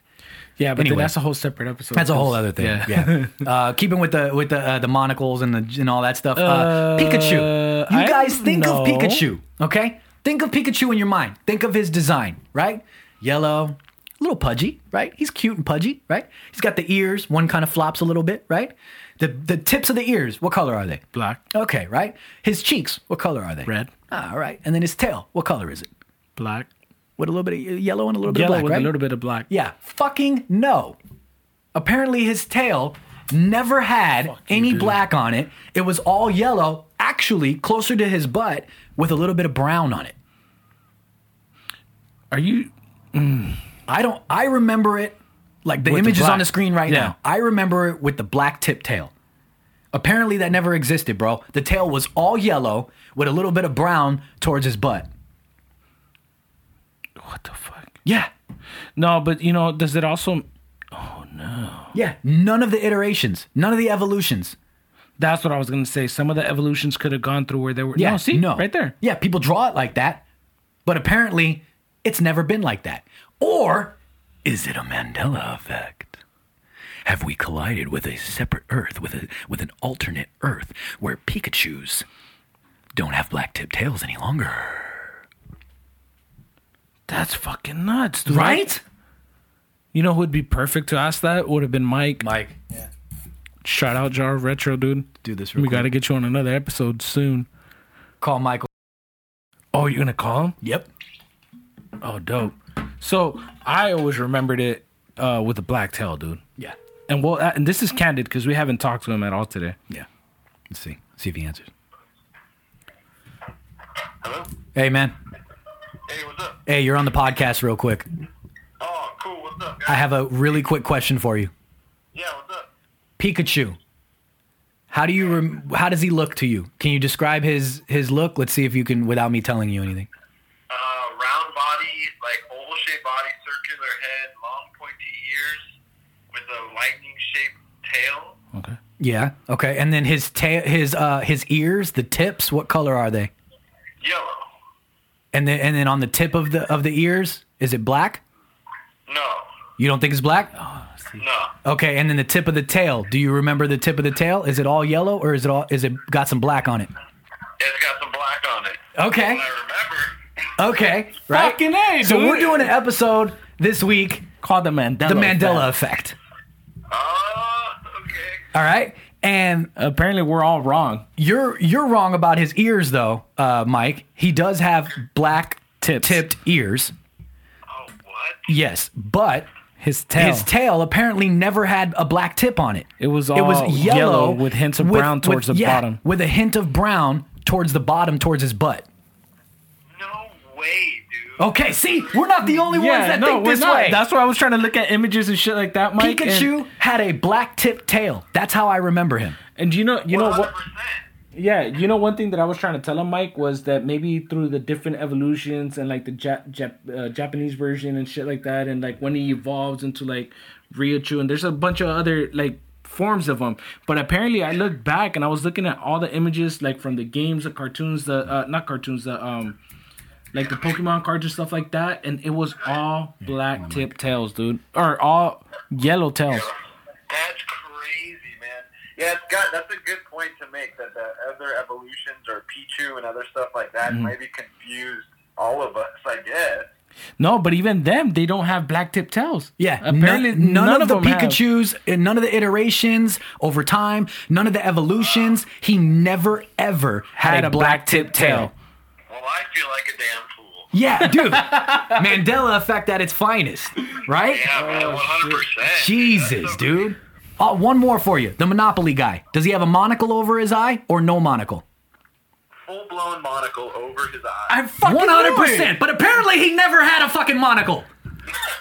Speaker 3: Yeah, but then
Speaker 4: Anyway.
Speaker 3: that's a whole separate episode.
Speaker 4: That's a whole other thing.
Speaker 3: Yeah.
Speaker 4: Yeah. Uh, keeping with the with the uh, the monocles and the and all that stuff. Uh,
Speaker 3: Uh,
Speaker 4: Pikachu. You
Speaker 3: I
Speaker 4: guys think
Speaker 3: know.
Speaker 4: of Pikachu, okay? Think of Pikachu in your mind. Think of his design, right? Yellow, little pudgy, right? He's cute and pudgy, right? He's got the ears. One kind of flops a little bit, right? The the tips of the ears. What color are they?
Speaker 3: [LAUGHS] Black,
Speaker 4: Okay, right. His cheeks. What color are they?
Speaker 3: Red.
Speaker 4: Ah, all right. And then his tail. What color is it?
Speaker 3: black,
Speaker 4: With a little bit of yellow and a little bit
Speaker 3: yellow
Speaker 4: of black,
Speaker 3: with
Speaker 4: right?
Speaker 3: a little bit of black.
Speaker 4: Yeah, fucking no. Apparently, his tail never had any black on it. It was all yellow, actually closer to his butt, with a little bit of brown on it.
Speaker 3: Are you?
Speaker 4: I don't. I remember it like the
Speaker 3: With the
Speaker 4: image is
Speaker 3: black.
Speaker 4: on the screen right
Speaker 3: Yeah.
Speaker 4: now. I remember it with the black tip tail. Apparently, that never existed, bro. The tail was all yellow with a little bit of brown towards his butt.
Speaker 3: What the fuck?
Speaker 4: Yeah,
Speaker 3: No, but you know, does it also?
Speaker 4: yeah. None of the iterations, none of the evolutions.
Speaker 3: That's what I was gonna say. Some of the evolutions could have gone through where they were.
Speaker 4: Yeah,
Speaker 3: no, see, right there.
Speaker 4: Yeah, people draw it like that, but apparently it's never been like that. Or is it a Mandela effect? Have we collided with a separate Earth, with a with an alternate Earth where Pikachu's don't have black tipped tails any longer?
Speaker 3: That's fucking nuts, dude.
Speaker 4: Right?
Speaker 3: You know who would be perfect to ask that? Would have been Mike.
Speaker 4: Mike,
Speaker 3: Shout out Jar of Retro, dude.
Speaker 4: do this
Speaker 3: we gotta get you on another episode soon.
Speaker 4: Call Michael.
Speaker 3: Oh, you're gonna call him?
Speaker 4: Yep.
Speaker 3: Oh, dope. So I always remembered it uh, with a black tail, dude.
Speaker 4: Yeah.
Speaker 3: And well, uh, and this is candid because we haven't talked to him at all today.
Speaker 4: Yeah. Let's see. See if he answers.
Speaker 5: Hello?
Speaker 4: Hey man.
Speaker 5: Hey, what's up?
Speaker 4: Hey, you're on the podcast real quick.
Speaker 5: Oh, cool. What's up,
Speaker 4: I
Speaker 5: guys?
Speaker 4: have a really quick question for you.
Speaker 5: yeah, what's up?
Speaker 4: Pikachu. How do you rem- how does he look to you? Can you describe his his look? Let's see if you can without me telling you anything.
Speaker 5: Uh, round body, like oval shaped body, circular head, long pointy ears, with a lightning shaped tail.
Speaker 3: Okay.
Speaker 4: Yeah. Okay. And then his tail his uh his ears, the tips, what color are they?
Speaker 5: Yellow.
Speaker 4: And then and then on the tip of the of the ears, is it black?
Speaker 5: No.
Speaker 4: You don't think it's black?
Speaker 5: No.
Speaker 4: Okay, and then the tip of the tail. Do you remember the tip of the tail? Is it all yellow or is it all is it got some black on it?
Speaker 5: It's got some black on it.
Speaker 4: Okay.
Speaker 5: Well, I remember. [LAUGHS]
Speaker 4: Okay. Right.
Speaker 3: Fucking A,
Speaker 4: so
Speaker 3: dude.
Speaker 4: we're doing an episode this week,
Speaker 3: Call the Mandela.
Speaker 4: the Mandela
Speaker 3: effect.
Speaker 4: effect.
Speaker 5: Oh, okay.
Speaker 4: All right? And
Speaker 3: Apparently, we're all wrong.
Speaker 4: You're you're wrong about his ears though, uh, Mike. He does have black
Speaker 3: Tips.
Speaker 4: tipped ears.
Speaker 5: Oh, what?
Speaker 4: Yes, but
Speaker 3: His tail.
Speaker 4: his tail apparently never had a black tip on it.
Speaker 3: It was
Speaker 4: it was
Speaker 3: all
Speaker 4: yellow,
Speaker 3: yellow with hints of brown towards the
Speaker 4: yeah,
Speaker 3: bottom.
Speaker 4: with a hint of brown towards the bottom towards his butt.
Speaker 5: No way, dude.
Speaker 3: Oh,
Speaker 4: Okay, see, we're not the only ones that think
Speaker 3: we're
Speaker 4: this
Speaker 3: not.
Speaker 4: way.
Speaker 3: That's why I was trying to look at images and shit like that, Mike.
Speaker 4: Pikachu
Speaker 3: And,
Speaker 4: had a black tipped tail. That's how I remember him.
Speaker 3: and you know, you know
Speaker 5: 100%.
Speaker 3: what? Yeah, you know, one thing that I was trying to tell him, Mike, was that maybe through the different evolutions and like the Jap- Jap- uh, Japanese version and shit like that, and like when he evolves into like Raichu, and there's a bunch of other like forms of him. But apparently, I looked back and I was looking at all the images like from the games, the cartoons, the uh, not cartoons, the um, like the Pokemon cards and stuff like that, and it was all black tip tails, dude, or all yellow tails.
Speaker 5: That's crazy, man. Yeah, it's got, that's a good point to make that the other evolutions or Pichu and other stuff like that
Speaker 4: Mm-hmm.
Speaker 5: maybe confused all of us, I guess.
Speaker 3: No, but even them, they don't have black tip tails.
Speaker 4: Yeah,
Speaker 3: apparently
Speaker 4: none, none of, the
Speaker 3: them have.
Speaker 4: Pikachu's and none of the iterations over time, none of the evolutions. He never ever had, a, black tip tail.
Speaker 5: Well, I feel like a damn fool.
Speaker 4: [LAUGHS] Yeah, dude, Mandela effect at its finest, right?
Speaker 5: Yeah, man, 100%.
Speaker 4: Jesus, dude. Oh, one more for you. The Monopoly guy. Does he have a monocle over his eye or no monocle?
Speaker 5: Full blown monocle over his eye.
Speaker 4: I
Speaker 5: [LAUGHS]
Speaker 4: fucking one hundred percent. But apparently, he never had a fucking monocle.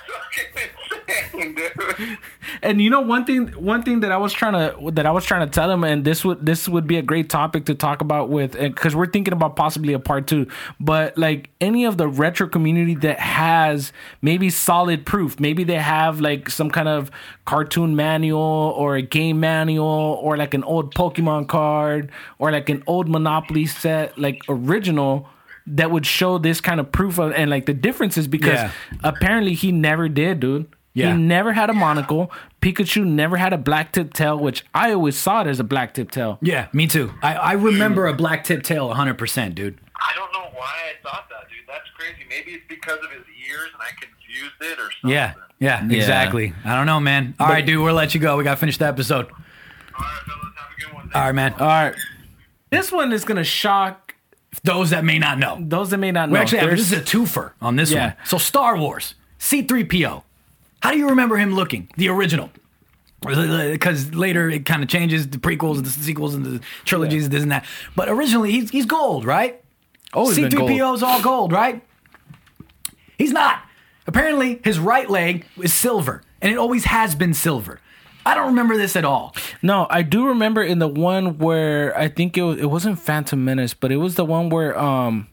Speaker 5: fucking insane, dude.
Speaker 3: and you know one thing one thing that I was trying to that I was trying to tell him and this would this would be a great topic to talk about with cuz we're thinking about possibly a part 2 but like any of the retro community that has maybe solid proof maybe they have like some kind of cartoon manual or a game manual or like an old Pokemon card or like an old Monopoly set like original that would show this kind of proof of, and like the differences because
Speaker 4: Yeah.
Speaker 3: apparently he never did dude
Speaker 4: Yeah.
Speaker 3: He never had a monocle. Pikachu never had a black tip tail, which I always saw it as a black tip tail.
Speaker 4: Yeah, me too. I, I remember a black tip tail 100%, dude.
Speaker 5: I don't know why I thought that, dude. That's crazy. Maybe it's because of his ears and I confused it or something.
Speaker 4: Yeah, yeah, exactly. I don't know, man. All right, dude, we'll let you go. We got to finish the episode. Uh,
Speaker 5: All right, fellas, have a good one.
Speaker 4: All right, man.
Speaker 3: All right. This one is going to shock
Speaker 4: Those that may not know.
Speaker 3: those that may not know.
Speaker 4: We actually have,
Speaker 3: There's-
Speaker 4: this is a twofer on this
Speaker 3: Yeah.
Speaker 4: one. So Star Wars, C-3PO. How do you remember him looking? The original. Because later it kind of changes the prequels and the sequels and the trilogies, this and that. But originally he's, he's gold, right?
Speaker 3: Always been gold.
Speaker 4: C-3PO's all gold, right? He's not. Apparently his right leg is silver, and it always has been silver. I don't remember this at all.
Speaker 3: No, I do remember in the one where I think it was, it wasn't Phantom Menace, but it was the one where um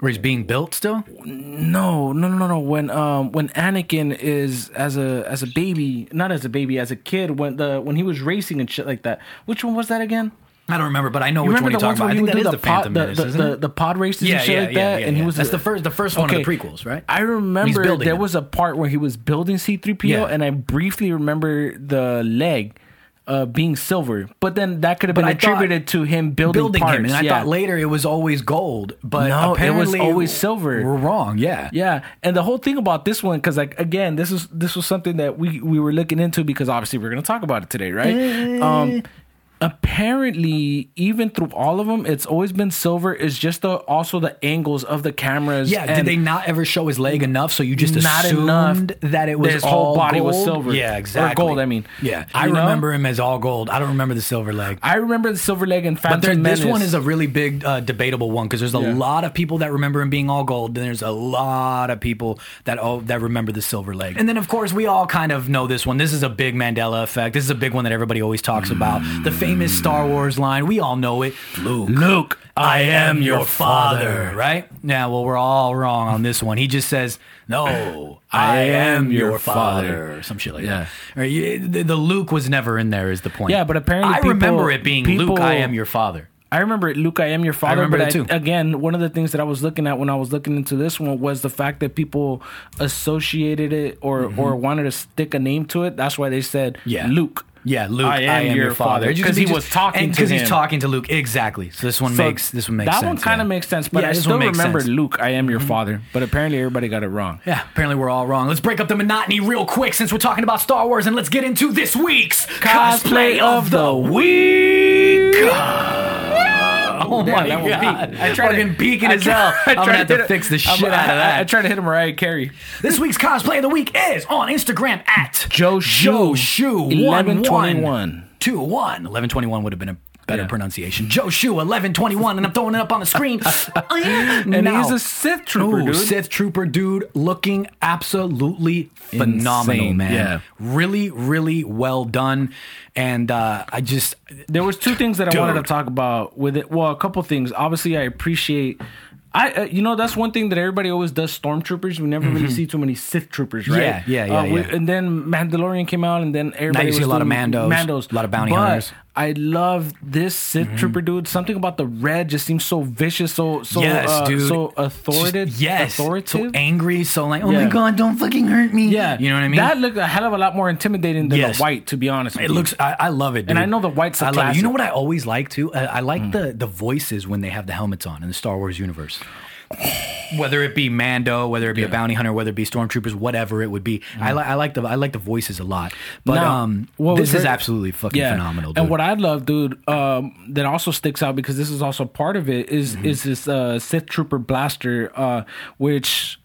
Speaker 4: Where he's being built still?
Speaker 3: no no no no, no when um when Anakin is as a as a baby not as a baby as a kid when the when he was racing and shit like that which one was that again
Speaker 4: I don't remember, but I know which one
Speaker 3: remember
Speaker 4: you're
Speaker 3: the ones
Speaker 4: talking
Speaker 3: where
Speaker 4: about. I
Speaker 3: he
Speaker 4: think
Speaker 3: would
Speaker 4: that is the,
Speaker 3: do the pod
Speaker 4: Phantom
Speaker 3: the,
Speaker 4: Menace,
Speaker 3: the,
Speaker 4: isn't
Speaker 3: the,
Speaker 4: it?
Speaker 3: the pod races
Speaker 4: Yeah,
Speaker 3: and shit
Speaker 4: yeah, yeah,
Speaker 3: like that
Speaker 4: yeah,
Speaker 3: and
Speaker 4: yeah.
Speaker 3: he was
Speaker 4: That's
Speaker 3: a-
Speaker 4: the first- the first one of the prequels, right?
Speaker 3: I remember
Speaker 4: building
Speaker 3: there
Speaker 4: it.
Speaker 3: was a part where he was building C3PO
Speaker 4: Yeah.
Speaker 3: and I briefly remember the leg uh, being silver, but then that could have been
Speaker 4: I thought-
Speaker 3: attributed to him building,
Speaker 4: building
Speaker 3: parts.
Speaker 4: him, and I
Speaker 3: yeah.
Speaker 4: thought later it was always gold, but
Speaker 3: No, it was
Speaker 4: apparently
Speaker 3: always silver.
Speaker 4: We're wrong, yeah,
Speaker 3: Yeah, and the whole thing about this one, because like again, this is this was something that we we were looking into because obviously we're gonna talk about it today,
Speaker 4: Eh.
Speaker 3: right? um, apparently, even through all of them, it's always been silver. It's just the also the angles of the cameras.
Speaker 4: yeah. Did
Speaker 3: and-
Speaker 4: they not ever show his leg enough? So you just
Speaker 3: Not
Speaker 4: assumed
Speaker 3: enough.
Speaker 4: that it was
Speaker 3: His
Speaker 4: all
Speaker 3: whole body was
Speaker 4: gold?
Speaker 3: silver.
Speaker 4: yeah,
Speaker 3: Or
Speaker 4: exactly.
Speaker 3: gold, I mean.
Speaker 4: yeah. I
Speaker 3: You know?
Speaker 4: remember him as all gold. I don't remember the silver leg.
Speaker 3: I remember the silver leg and Phantom
Speaker 4: But there,
Speaker 3: Menace.
Speaker 4: this one is a really big uh, debatable one because there's a
Speaker 3: Yeah.
Speaker 4: lot of people that remember him being all gold, and there's a lot of people that oh, that remember the silver leg. And then of course we all kind of know this one. This is a big Mandela effect. This is a big one that everybody always talks about. The famous Star Wars line. We all know it. Luke. Luke. I am your father, right? Now, well, we're all wrong on this one. He just says, "No, [LAUGHS] I am your father," or some shit like that. Or you- the, the Luke was never in there, is the point.
Speaker 3: Yeah, but apparently
Speaker 4: I
Speaker 3: people-
Speaker 4: remember it being Luke.
Speaker 3: people-
Speaker 4: I am your father.
Speaker 3: I remember it, Luke. I am your father.
Speaker 4: remember
Speaker 3: but
Speaker 4: that too.
Speaker 3: Again, one of the things that I was looking at when I was looking into this one was the fact that people associated it or or wanted to stick a name to it. That's why they said
Speaker 4: Mm-hmm. Yeah.
Speaker 3: Luke.
Speaker 4: Yeah, Luke, I am, your, father. It just-
Speaker 3: Because
Speaker 4: it
Speaker 3: he
Speaker 4: just-
Speaker 3: was talking
Speaker 4: and
Speaker 3: to
Speaker 4: he's
Speaker 3: him.
Speaker 4: talking to Luke. Exactly. So this one
Speaker 3: So
Speaker 4: makes this one makes
Speaker 3: that
Speaker 4: sense.
Speaker 3: one kind
Speaker 4: yeah.
Speaker 3: of makes sense, but
Speaker 4: Yeah,
Speaker 3: I
Speaker 4: this
Speaker 3: still
Speaker 4: one makes
Speaker 3: remember
Speaker 4: sense. Mm-hmm.
Speaker 3: Luke. I am your father, but apparently everybody got it wrong.
Speaker 4: Yeah, apparently we're all wrong. Let's break up the monotony real quick since we're talking about Star Wars, and let's get into this week's
Speaker 3: Cosplay of the
Speaker 4: week. Oh my
Speaker 3: that one
Speaker 4: god!
Speaker 3: peaked.
Speaker 4: I tried fucking peeking as hell.
Speaker 3: [LAUGHS]
Speaker 4: I'm gonna have to fix the shit out of
Speaker 3: I, I
Speaker 4: that.
Speaker 3: tried to hit him right, Carrie.
Speaker 4: This week's cosplay of the week is on Instagram at
Speaker 3: Joe Shoe.
Speaker 4: Joe Shoe
Speaker 3: 1121.
Speaker 4: 21. 1121 would have been a better
Speaker 3: Yeah.
Speaker 4: pronunciation. Joe Shoe 1121 and I'm throwing it up on the screen. [LAUGHS]
Speaker 3: And
Speaker 4: and
Speaker 3: he's a Sith trooper, dude.
Speaker 4: Sith trooper dude looking absolutely phenomenal,
Speaker 3: Insane,
Speaker 4: man.
Speaker 3: yeah.
Speaker 4: Really really well done and uh I just
Speaker 3: there was two things that I wanted to
Speaker 4: Dude.
Speaker 3: talk about with it. Well, a couple things. Obviously, I appreciate. I uh, you know that's one thing that everybody always does. Stormtroopers. We never really see too many Sith troopers, right?
Speaker 4: Mm-hmm. Yeah, yeah, yeah,
Speaker 3: Uh, we-
Speaker 4: yeah.
Speaker 3: And then Mandalorian came out, and then everybody
Speaker 4: you see
Speaker 3: was
Speaker 4: a lot of
Speaker 3: doing
Speaker 4: Mandos,
Speaker 3: Mandos,
Speaker 4: a lot of bounty
Speaker 3: But
Speaker 4: hunters. Mm-hmm.
Speaker 3: I love this Sith trooper dude. Something about the red just seems so vicious, so so
Speaker 4: yes,
Speaker 3: uh,
Speaker 4: dude.
Speaker 3: so
Speaker 4: Just-
Speaker 3: authoritative.
Speaker 4: yes,
Speaker 3: authoritative.
Speaker 4: So angry, so like, oh my
Speaker 3: Yeah.
Speaker 4: god, don't fucking hurt me.
Speaker 3: yeah,
Speaker 4: you know what I mean.
Speaker 3: That looked a hell of a lot more intimidating than
Speaker 4: Yes.
Speaker 3: the white, to be honest.
Speaker 4: It
Speaker 3: with you.
Speaker 4: looks. I, I love it, dude.
Speaker 3: I know the Hmm. white's a
Speaker 4: I love it. You
Speaker 3: classic.
Speaker 4: know what I always like too. I, I like the the voices when they have the helmets on in the Star Wars universe. Whether it be Mando, whether it be a bounty hunter, whether it be stormtroopers, whatever it would be, I, li- I like the I like the voices a lot. But
Speaker 3: Now,
Speaker 4: um,
Speaker 3: Hmm. what
Speaker 4: this
Speaker 3: was
Speaker 4: is
Speaker 3: very-
Speaker 4: absolutely fucking phenomenal. Dude.
Speaker 3: And what I love, dude, um, that also sticks out because this is also part of it is
Speaker 4: Mm-hmm.
Speaker 3: is this uh, Sith Trooper blaster, uh, which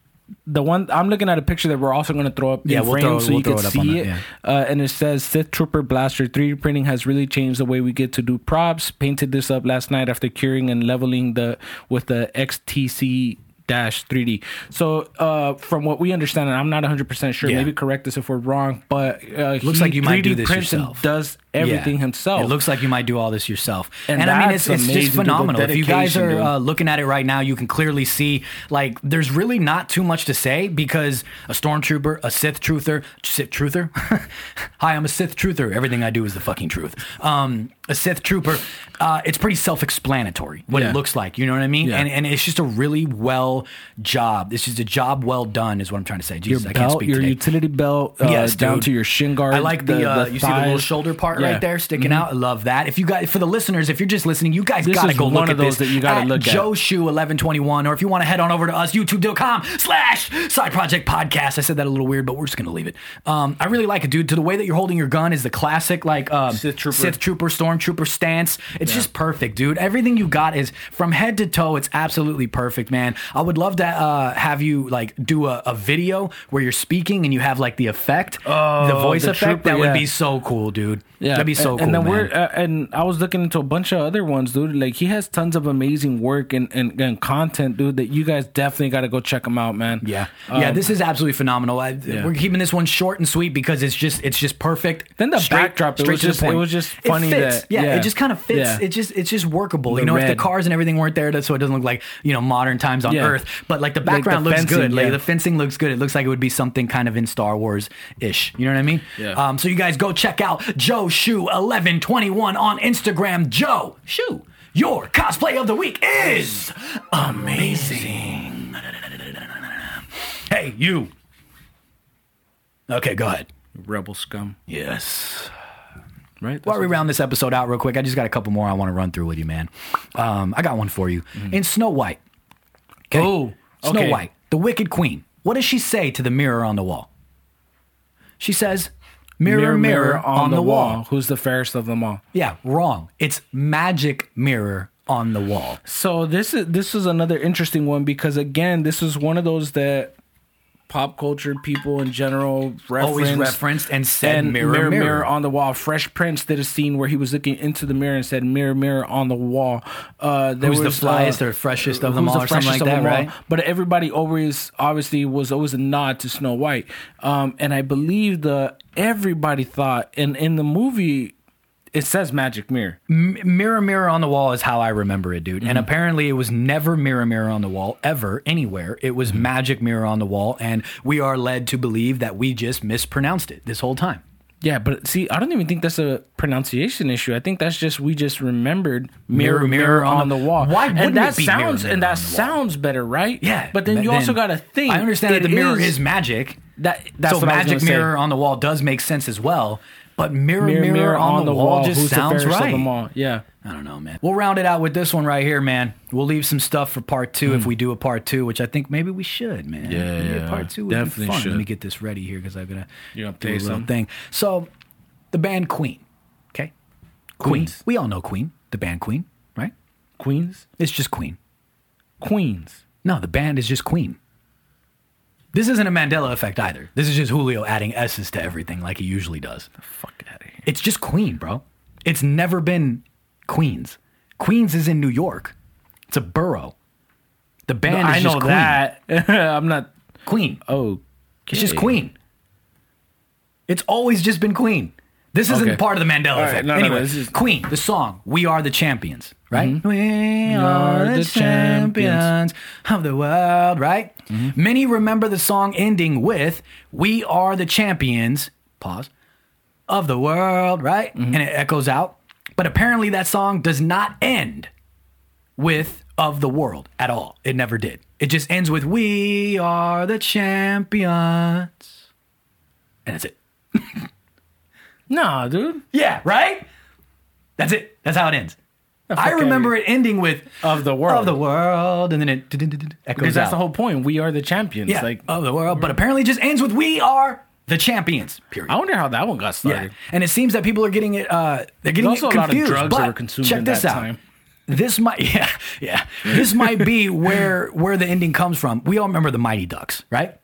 Speaker 3: the one I'm looking at a picture that we're also going to throw up
Speaker 4: Yeah,
Speaker 3: in
Speaker 4: we'll
Speaker 3: frame
Speaker 4: throw-
Speaker 3: so
Speaker 4: we'll
Speaker 3: you can
Speaker 4: throw it up on
Speaker 3: see
Speaker 4: that,
Speaker 3: it.
Speaker 4: yeah.
Speaker 3: Uh, and it says Sith Trooper Blaster 3D printing has really changed the way we get to do props. Painted this up last night after curing and leveling the with the XTC dash 3D. So uh, from what we understand, and I'm not 100 percent sure.
Speaker 4: Yeah.
Speaker 3: Maybe correct us if we're wrong, but uh,
Speaker 4: Looks
Speaker 3: he
Speaker 4: like you might do
Speaker 3: 3D
Speaker 4: this
Speaker 3: prints and
Speaker 4: yourself.
Speaker 3: Does everything
Speaker 4: Yeah.
Speaker 3: himself.
Speaker 4: It looks like you might do all this yourself. And,
Speaker 3: And
Speaker 4: I mean, it's,
Speaker 3: that's
Speaker 4: it's
Speaker 3: amazing,
Speaker 4: just
Speaker 3: dude, the
Speaker 4: phenomenal. If you guys
Speaker 3: dedication,
Speaker 4: are
Speaker 3: dude.
Speaker 4: uh, looking at it right now, you can clearly see like there's really not too much to say because a stormtrooper, a Sith truther, Sith truther. [LAUGHS] Hi, I'm a Sith truther. Everything I do is the fucking truth. Um, a Sith trooper. Uh, it's pretty self-explanatory what
Speaker 3: Yeah.
Speaker 4: it looks like. You know what I mean?
Speaker 3: Yeah.
Speaker 4: And and it's just a really well job. It's just a job well done is what I'm trying to say.
Speaker 3: your
Speaker 4: Jesus, I can't
Speaker 3: belt,
Speaker 4: speak
Speaker 3: your
Speaker 4: today.
Speaker 3: utility belt, uh,
Speaker 4: Yes,
Speaker 3: down
Speaker 4: dude.
Speaker 3: to your shin guard.
Speaker 4: I like the, uh, you see the little
Speaker 3: thighs.
Speaker 4: shoulder part
Speaker 3: Yeah. Mm-hmm.
Speaker 4: right there sticking out. I love that. If you guys, for the listeners, if you're just listening, you guys
Speaker 3: This
Speaker 4: gotta
Speaker 3: is
Speaker 4: go
Speaker 3: one
Speaker 4: look
Speaker 3: of
Speaker 4: at
Speaker 3: those
Speaker 4: this
Speaker 3: that you gotta
Speaker 4: at
Speaker 3: look at.
Speaker 4: Joe Shoe 1121, or if you want to head on over to us, youtube.com slash side project podcast. I said that a little weird, but we're just gonna leave it. Um, I really like it, dude. To the way that you're holding your gun is the classic like um,
Speaker 3: Sith trooper.
Speaker 4: trooper, stormtrooper stance. It's just perfect, dude. Everything you got is from head to toe. It's absolutely perfect, man. I would love to uh, have you like do a, a video where you're speaking and you have like the effect, the voice
Speaker 3: Oh, the
Speaker 4: effect.
Speaker 3: trooper,
Speaker 4: that would
Speaker 3: yeah.
Speaker 4: be so cool, dude.
Speaker 3: Yeah,
Speaker 4: that'd be so
Speaker 3: and,
Speaker 4: cool.
Speaker 3: And then
Speaker 4: man.
Speaker 3: we're uh, and I was looking into a bunch of other ones, dude. Like he has tons of amazing work and and, and content, dude. That you guys definitely got to go check him out, man.
Speaker 4: Yeah, yeah.
Speaker 3: Um,
Speaker 4: This is absolutely phenomenal. I, We're keeping this one short and sweet because it's just it's just perfect.
Speaker 3: Then the
Speaker 4: Straight-
Speaker 3: backdrop, it
Speaker 4: straight
Speaker 3: was
Speaker 4: to the
Speaker 3: just- it
Speaker 4: point.
Speaker 3: was just funny
Speaker 4: It fits.
Speaker 3: that-
Speaker 4: yeah,
Speaker 3: yeah.
Speaker 4: it just kind of fits.
Speaker 3: Yeah.
Speaker 4: It just it's just workable.
Speaker 3: The
Speaker 4: you know, if
Speaker 3: red.
Speaker 4: the cars and everything weren't there, that's so it doesn't look like you know modern times on
Speaker 3: Yeah.
Speaker 4: Earth. But like the
Speaker 3: Like the
Speaker 4: background looks
Speaker 3: fencing,
Speaker 4: good. Like
Speaker 3: yeah.
Speaker 4: the fencing looks good. It looks like it would be something kind of in Star Wars ish. You know what I mean?
Speaker 3: Yeah.
Speaker 4: Um. So you guys go check out Joe Shoe eleven twenty one on Instagram. Joe Shoe, your cosplay of the week is amazing. Hey, you. Okay, go ahead.
Speaker 3: rebel scum,
Speaker 4: Yes.
Speaker 3: right?
Speaker 4: While we round this episode out real quick, I just got a couple more I want to run through with you, man. Um, I got one for you. In Snow White.
Speaker 3: Oh,
Speaker 4: Snow
Speaker 3: okay.
Speaker 4: White, the Wicked Queen. What does she say to the mirror on the wall? She says, "Mirror, mirror, on, the, wall.
Speaker 3: who's the fairest of them all?
Speaker 4: Yeah, wrong. It's magic mirror on the wall.
Speaker 3: So this is this is another interesting one because again, this is one of those that pop culture people in general reference,
Speaker 4: Always referenced and said
Speaker 3: and
Speaker 4: mirror, mirror,
Speaker 3: on the wall. Fresh Prince did a scene where he was looking into the mirror and said mirror mirror on the wall. Uh, there
Speaker 4: Who's the
Speaker 3: was,
Speaker 4: flyest or freshest of them
Speaker 3: who's the
Speaker 4: all or something like
Speaker 3: freshest of
Speaker 4: that,
Speaker 3: them all.
Speaker 4: right?
Speaker 3: But everybody always obviously was always a nod to Snow White, um, and I believe the everybody thought and in the movie it says magic mirror.
Speaker 4: Mirror, mirror on the wall is how I remember it, dude. And apparently, it was never mirror, mirror on the wall ever anywhere. It was magic mirror on the wall, and we are led to believe that we just mispronounced it this whole time.
Speaker 3: Yeah, but see, I don't even think that's a pronunciation issue. I think that's just we just remembered
Speaker 4: Mirror,
Speaker 3: mirror, mirror,
Speaker 4: mirror on
Speaker 3: on,
Speaker 4: the-
Speaker 3: the wall.
Speaker 4: Why wouldn't
Speaker 3: and that
Speaker 4: it be mirror,
Speaker 3: sounds
Speaker 4: mirror
Speaker 3: and that
Speaker 4: on the wall?
Speaker 3: sounds better, right?
Speaker 4: Yeah,
Speaker 3: But then you also got to think.
Speaker 4: I understand that
Speaker 3: it
Speaker 4: the mirror
Speaker 3: is-
Speaker 4: is magic.
Speaker 3: that. That's
Speaker 4: so
Speaker 3: what I
Speaker 4: magic
Speaker 3: was gonna
Speaker 4: mirror
Speaker 3: say.
Speaker 4: on the wall does make sense as well. But mirror, mirror, on, the, wall, just
Speaker 3: who's the
Speaker 4: sounds
Speaker 3: fairest of
Speaker 4: right.
Speaker 3: them all? Yeah.
Speaker 4: I don't know, man. We'll round it out with this one right here, man. We'll leave some stuff for part two if we do a part two, which I think maybe we should, man.
Speaker 3: Hmm. Yeah,
Speaker 4: Maybe a
Speaker 3: yeah,
Speaker 4: part two would
Speaker 3: definitely
Speaker 4: be fun. Let
Speaker 3: should.
Speaker 4: me get this ready here because I'm gonna
Speaker 3: You're gonna
Speaker 4: do
Speaker 3: play
Speaker 4: a little
Speaker 3: some?
Speaker 4: thing. So, the band Queen, okay? Queen.
Speaker 3: Queens.
Speaker 4: We all know Queen, the band Queen, right?
Speaker 3: Queens,
Speaker 4: It's just Queen.
Speaker 3: Queens.
Speaker 4: No, the band is just Queen. This isn't a Mandela effect either. This is just Julio adding S's to everything like he usually does.
Speaker 3: Fuck out of here.
Speaker 4: It's just Queen, bro. It's never been Queens. Queens is in New York. It's a borough. The band is
Speaker 3: I
Speaker 4: just
Speaker 3: know
Speaker 4: Queen.
Speaker 3: that. [LAUGHS] I'm not.
Speaker 4: Queen.
Speaker 3: Oh,
Speaker 4: It's just Queen. It's always just been Queen. This isn't
Speaker 3: Okay.
Speaker 4: part of the Mandela
Speaker 3: right,
Speaker 4: effect.
Speaker 3: no, no, no,
Speaker 4: anyway,
Speaker 3: this is-
Speaker 4: Queen, the song "We Are the Champions," right?
Speaker 3: Mm-hmm.
Speaker 4: We are the
Speaker 3: the champions.
Speaker 4: champions Mm-hmm. of the world, right? Many remember the song ending with "We are the champions." Pause. Of the world, right? And it echoes out. But apparently, that song does not end with of the world at all. It never did. It just ends with we are the champions. And that's it.
Speaker 3: Nah, dude.
Speaker 4: Yeah, right? That's it. That's how it ends. I
Speaker 3: outta
Speaker 4: remember it ending with
Speaker 3: Of the world.
Speaker 4: Of the world and then it echoes
Speaker 3: Because
Speaker 4: out.
Speaker 3: that's the whole point. We are the champions.
Speaker 4: yeah,
Speaker 3: Like,
Speaker 4: of the world, but apparently it just ends with we are the champions. Period.
Speaker 3: I wonder how that one got
Speaker 4: Yeah,
Speaker 3: started.
Speaker 4: and it seems that people are getting it. Uh, they're getting
Speaker 3: There's
Speaker 4: it
Speaker 3: also a lot of
Speaker 4: confused.
Speaker 3: drugs
Speaker 4: but
Speaker 3: that were consumed
Speaker 4: check
Speaker 3: in
Speaker 4: this
Speaker 3: that
Speaker 4: out.
Speaker 3: time.
Speaker 4: This might, [LAUGHS] yeah, yeah. This might be where where the ending comes from. We all remember the Mighty Ducks, right?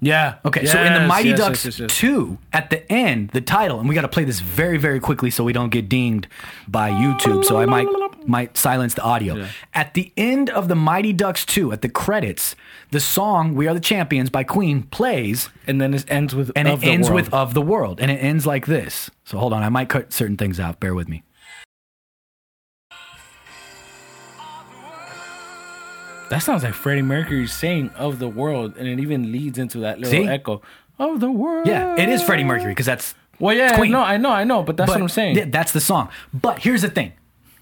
Speaker 3: Yeah.
Speaker 4: Okay, so in the
Speaker 3: Yes,
Speaker 4: Mighty
Speaker 3: yes, yes,
Speaker 4: Ducks
Speaker 3: yes, yes.
Speaker 4: 2, at the end, the title, and we got to play this very, very quickly so we don't get dinged by YouTube. So I might might silence the audio. At the end of the Mighty Ducks 2, at the credits, the song "We Are the Champions" by Queen plays,
Speaker 3: and then it ends with
Speaker 4: and
Speaker 3: of
Speaker 4: it
Speaker 3: the
Speaker 4: ends
Speaker 3: world.
Speaker 4: with "Of the World," and it ends like this. So hold on, I might cut certain things out. Bear with me.
Speaker 3: that sounds like Freddie Mercury saying of the world, and it even leads into that little
Speaker 4: See?
Speaker 3: echo of the world.
Speaker 4: Yeah, it is Freddie Mercury because that's
Speaker 3: Well, yeah,
Speaker 4: Queen.
Speaker 3: no, I know, I know, but that's
Speaker 4: But
Speaker 3: what I'm saying.
Speaker 4: th- that's the song. But here's the thing.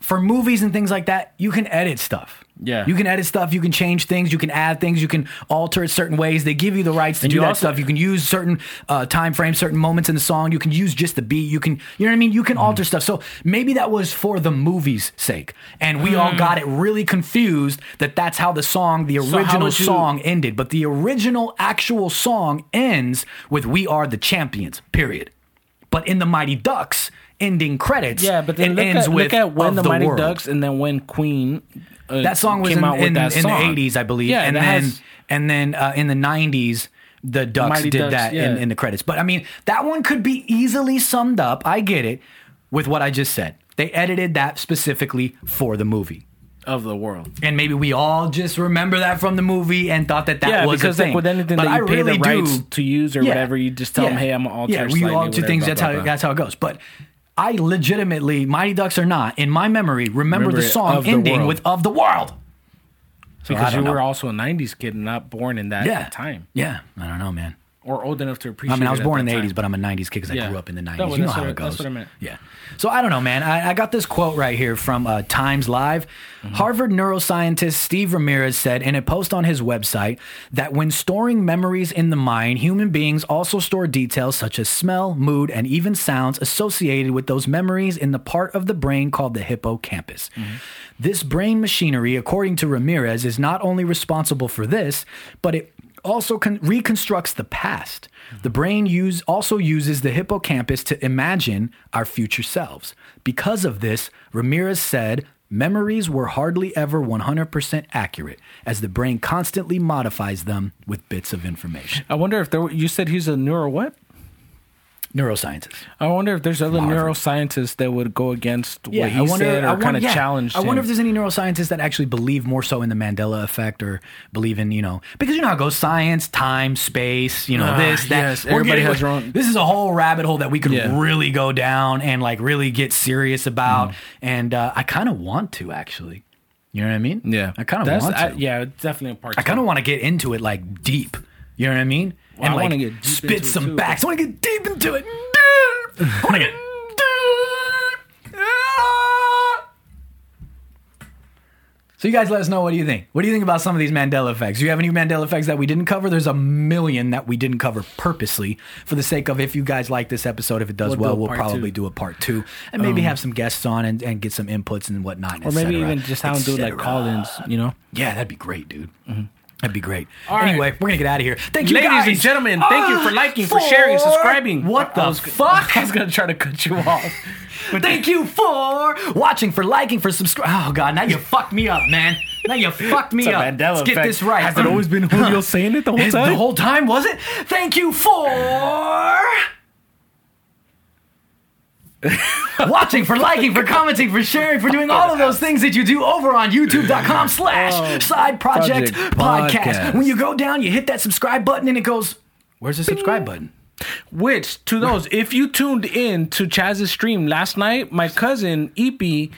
Speaker 4: For movies and things like that, you can edit stuff.
Speaker 3: Yeah.
Speaker 4: You can edit stuff, you can change things, you can add things, you can alter it certain ways. They give you the rights to
Speaker 3: And
Speaker 4: do
Speaker 3: you
Speaker 4: that
Speaker 3: also-
Speaker 4: stuff. You can use certain uh, time frames, certain moments in the song. You can use just the beat. You can, you know what I mean? You
Speaker 3: Mm-hmm.
Speaker 4: can alter stuff. So maybe that was for the movie's sake. And we all got it really confused that that's how the song, the
Speaker 3: Mm. how
Speaker 4: original
Speaker 3: would you-
Speaker 4: song ended. But the original actual song ends with We Are the Champions, period. But in the Mighty Ducks ending credits,
Speaker 3: yeah, but then
Speaker 4: it
Speaker 3: look
Speaker 4: ends
Speaker 3: at,
Speaker 4: with
Speaker 3: look at when
Speaker 4: Of
Speaker 3: the Mighty
Speaker 4: World.
Speaker 3: Ducks and then when Queen. Uh,
Speaker 4: That song was
Speaker 3: came
Speaker 4: in,
Speaker 3: out with
Speaker 4: in,
Speaker 3: that
Speaker 4: in
Speaker 3: song.
Speaker 4: the 80s, I believe.
Speaker 3: Yeah,
Speaker 4: and
Speaker 3: that
Speaker 4: then
Speaker 3: has-
Speaker 4: and then uh, in the 90s, the Ducks
Speaker 3: Mighty
Speaker 4: did
Speaker 3: Ducks,
Speaker 4: that
Speaker 3: yeah.
Speaker 4: in, in the credits. But I mean, that one could be easily summed up. I get it with what I just said. They edited that specifically for the movie.
Speaker 3: of the world.
Speaker 4: And maybe we all just remember that from the movie and thought that that
Speaker 3: yeah,
Speaker 4: was
Speaker 3: because
Speaker 4: a thing.
Speaker 3: like with anything
Speaker 4: But
Speaker 3: that you
Speaker 4: I
Speaker 3: pay
Speaker 4: really
Speaker 3: the rights
Speaker 4: do,
Speaker 3: to use or
Speaker 4: Yeah.
Speaker 3: whatever, you just tell them,
Speaker 4: Yeah.
Speaker 3: "Hey, I'm gonna alter."
Speaker 4: Yeah,
Speaker 3: it
Speaker 4: we
Speaker 3: slightly,
Speaker 4: alter
Speaker 3: whatever,
Speaker 4: things.
Speaker 3: blah,
Speaker 4: That's
Speaker 3: blah,
Speaker 4: how
Speaker 3: blah.
Speaker 4: that's how it goes. But I legitimately, Mighty Ducks or not, in my memory, remember,
Speaker 3: Remember
Speaker 4: the
Speaker 3: it,
Speaker 4: song
Speaker 3: Of the
Speaker 4: ending
Speaker 3: World.
Speaker 4: with "Of the World." I
Speaker 3: because you
Speaker 4: don't
Speaker 3: were
Speaker 4: know.
Speaker 3: also a '90s kid, and not born in that
Speaker 4: Yeah,
Speaker 3: time,
Speaker 4: Yeah, I don't know, man.
Speaker 3: or old enough to appreciate.
Speaker 4: I mean, I
Speaker 3: it
Speaker 4: was
Speaker 3: at
Speaker 4: born in
Speaker 3: that
Speaker 4: the
Speaker 3: time.
Speaker 4: '80s, but I'm a '90s kid because I
Speaker 3: Yeah.
Speaker 4: grew up in the
Speaker 3: That
Speaker 4: '90s.
Speaker 3: was-
Speaker 4: you know
Speaker 3: that's
Speaker 4: how
Speaker 3: what-
Speaker 4: it goes.
Speaker 3: that's what I meant.
Speaker 4: Yeah. So I don't know, man. I, I got this quote right here from uh, Times Live.
Speaker 3: Mm-hmm.
Speaker 4: Harvard neuroscientist Steve Ramirez said in a post on his website that when storing memories in the mind, human beings also store details such as smell, mood, and even sounds associated with those memories in the part of the brain called the hippocampus.
Speaker 3: Mm-hmm.
Speaker 4: This brain machinery, according to Ramirez, is not only responsible for this, but it also con- reconstructs the past. The brain use also uses the hippocampus to imagine our future selves. Because of this, Ramirez said, memories were hardly ever 100% accurate as the brain constantly modifies them with bits of information.
Speaker 3: I wonder if there. Were, you said he's a neuro what?
Speaker 4: Neurosciences.
Speaker 3: I wonder if there's other
Speaker 4: Harvard.
Speaker 3: neuroscientists that would go against what he
Speaker 4: I wonder,
Speaker 3: said
Speaker 4: I
Speaker 3: or
Speaker 4: wonder-
Speaker 3: kind of
Speaker 4: yeah.
Speaker 3: challenge.
Speaker 4: I wonder if there's any neuroscientists that actually believe more so in the Mandela effect or believe in, you know, because you know how it goes science, time, space, you know,
Speaker 3: Ah,
Speaker 4: this, that.
Speaker 3: yes,
Speaker 4: We're
Speaker 3: everybody
Speaker 4: getting-
Speaker 3: has their own-
Speaker 4: This is a whole rabbit hole that we could
Speaker 3: Yeah.
Speaker 4: really go down and like really get serious about.
Speaker 3: Mm.
Speaker 4: And uh, I kind of want to actually. You know what I mean?
Speaker 3: yeah,
Speaker 4: I kind of
Speaker 3: That's-
Speaker 4: want to.
Speaker 3: I- yeah, definitely a part.
Speaker 4: I kind of
Speaker 3: two.
Speaker 4: want to get into it like deep. You know what I mean?
Speaker 3: I wanna get deep
Speaker 4: spit
Speaker 3: into it,
Speaker 4: some
Speaker 3: too.
Speaker 4: backs. I want to get deep into
Speaker 3: [LAUGHS]
Speaker 4: it. Deep. I want to get deep. Ah. So you guys let us know what do you think? What do you think about some of these Mandela effects? Do you have any Mandela effects that we didn't cover? There's a million that we didn't cover purposely for the sake of if you guys like this episode, if it does
Speaker 3: We'll do
Speaker 4: well,
Speaker 3: a
Speaker 4: we'll
Speaker 3: part
Speaker 4: probably
Speaker 3: two.
Speaker 4: do
Speaker 3: Um,
Speaker 4: a part two and maybe have some guests on and, and get some inputs and whatnot.
Speaker 3: or maybe even just have him do like call-ins. You know.
Speaker 4: Yeah, that'd be great, dude. That'd be great.
Speaker 3: Mm-hmm. right.
Speaker 4: anyway, we're gonna get out of here. Thank you,
Speaker 3: Ladies
Speaker 4: guys. Uh,
Speaker 3: and gentlemen, thank you for liking, for sharing, subscribing.
Speaker 4: What the
Speaker 3: I was-
Speaker 4: fuck?
Speaker 3: I [LAUGHS] was [LAUGHS] gonna try to cut you off.
Speaker 4: thank you for watching, for liking, for subscribing. Oh god, now you fucked me up, man. Now you fucked me
Speaker 3: It's a
Speaker 4: up.
Speaker 3: Mandela
Speaker 4: Let's get
Speaker 3: effect.
Speaker 4: this right.
Speaker 3: Has it always been Julio saying it the whole
Speaker 4: Is-
Speaker 3: time?
Speaker 4: The whole time was it? Thank you for watching, for liking, for commenting, for sharing, for doing all of those things that you do over on youtube.com slash side project
Speaker 3: Oh, Project
Speaker 4: podcast.
Speaker 3: Podcast.
Speaker 4: When you go down, you hit that subscribe button and it goes, Where's the subscribe button?
Speaker 3: Which to those, if you tuned in to Chaz's stream last night, my cousin Ippy,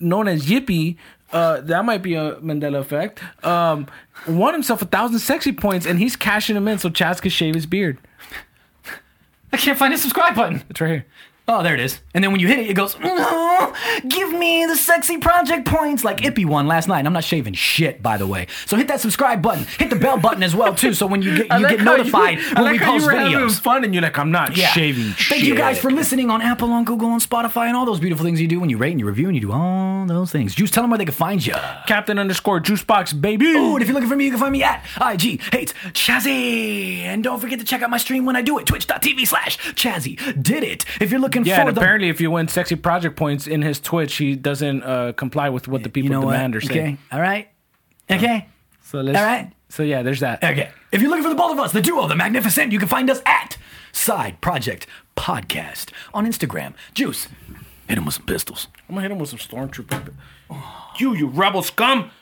Speaker 3: known as Yippy, uh, that might be a Mandela effect. Um, won himself a thousand sexy points, and he's cashing them in so Chaz can shave his beard.
Speaker 4: I can't find the subscribe button.
Speaker 3: It's right here.
Speaker 4: Oh, there it is. And then when you hit it, it goes, no, give me the sexy project points like Ippy won last night. And I'm not shaving shit, by the way. So hit that subscribe button. Hit the bell button as well, too. So when you get,
Speaker 3: [LAUGHS] I
Speaker 4: you
Speaker 3: like
Speaker 4: get
Speaker 3: how
Speaker 4: notified
Speaker 3: I
Speaker 4: when
Speaker 3: like
Speaker 4: we
Speaker 3: how
Speaker 4: post
Speaker 3: you were having
Speaker 4: videos.
Speaker 3: fun, and you're like, I'm not
Speaker 4: Yeah.
Speaker 3: shaving.
Speaker 4: Thank you guys for listening on Apple, on Google, on Spotify, and all those beautiful things you do when you rate and you review and you do all those things. Juice, tell them where they can find you.
Speaker 3: Captain underscore Juicebox baby.
Speaker 4: Ooh, and if you're looking for me, you can find me at IG Hates Chazzy. And don't forget to check out my stream when I do it, twitch.tv slash Chazzy did it. If you're looking
Speaker 3: yeah,
Speaker 4: for
Speaker 3: and
Speaker 4: the
Speaker 3: apparently, if you win sexy project points in his Twitch, he doesn't uh, comply with what the people
Speaker 4: you know
Speaker 3: demand
Speaker 4: what?
Speaker 3: or say.
Speaker 4: Okay. All right. Okay.
Speaker 3: So let's
Speaker 4: All right.
Speaker 3: So yeah, there's that.
Speaker 4: Okay. If you're looking for the both of us, the duo, the magnificent, you can find us at Side Project Podcast on Instagram. Juice, hit him with some pistols.
Speaker 3: I'm gonna hit him with some stormtrooper. You, you rebel scum!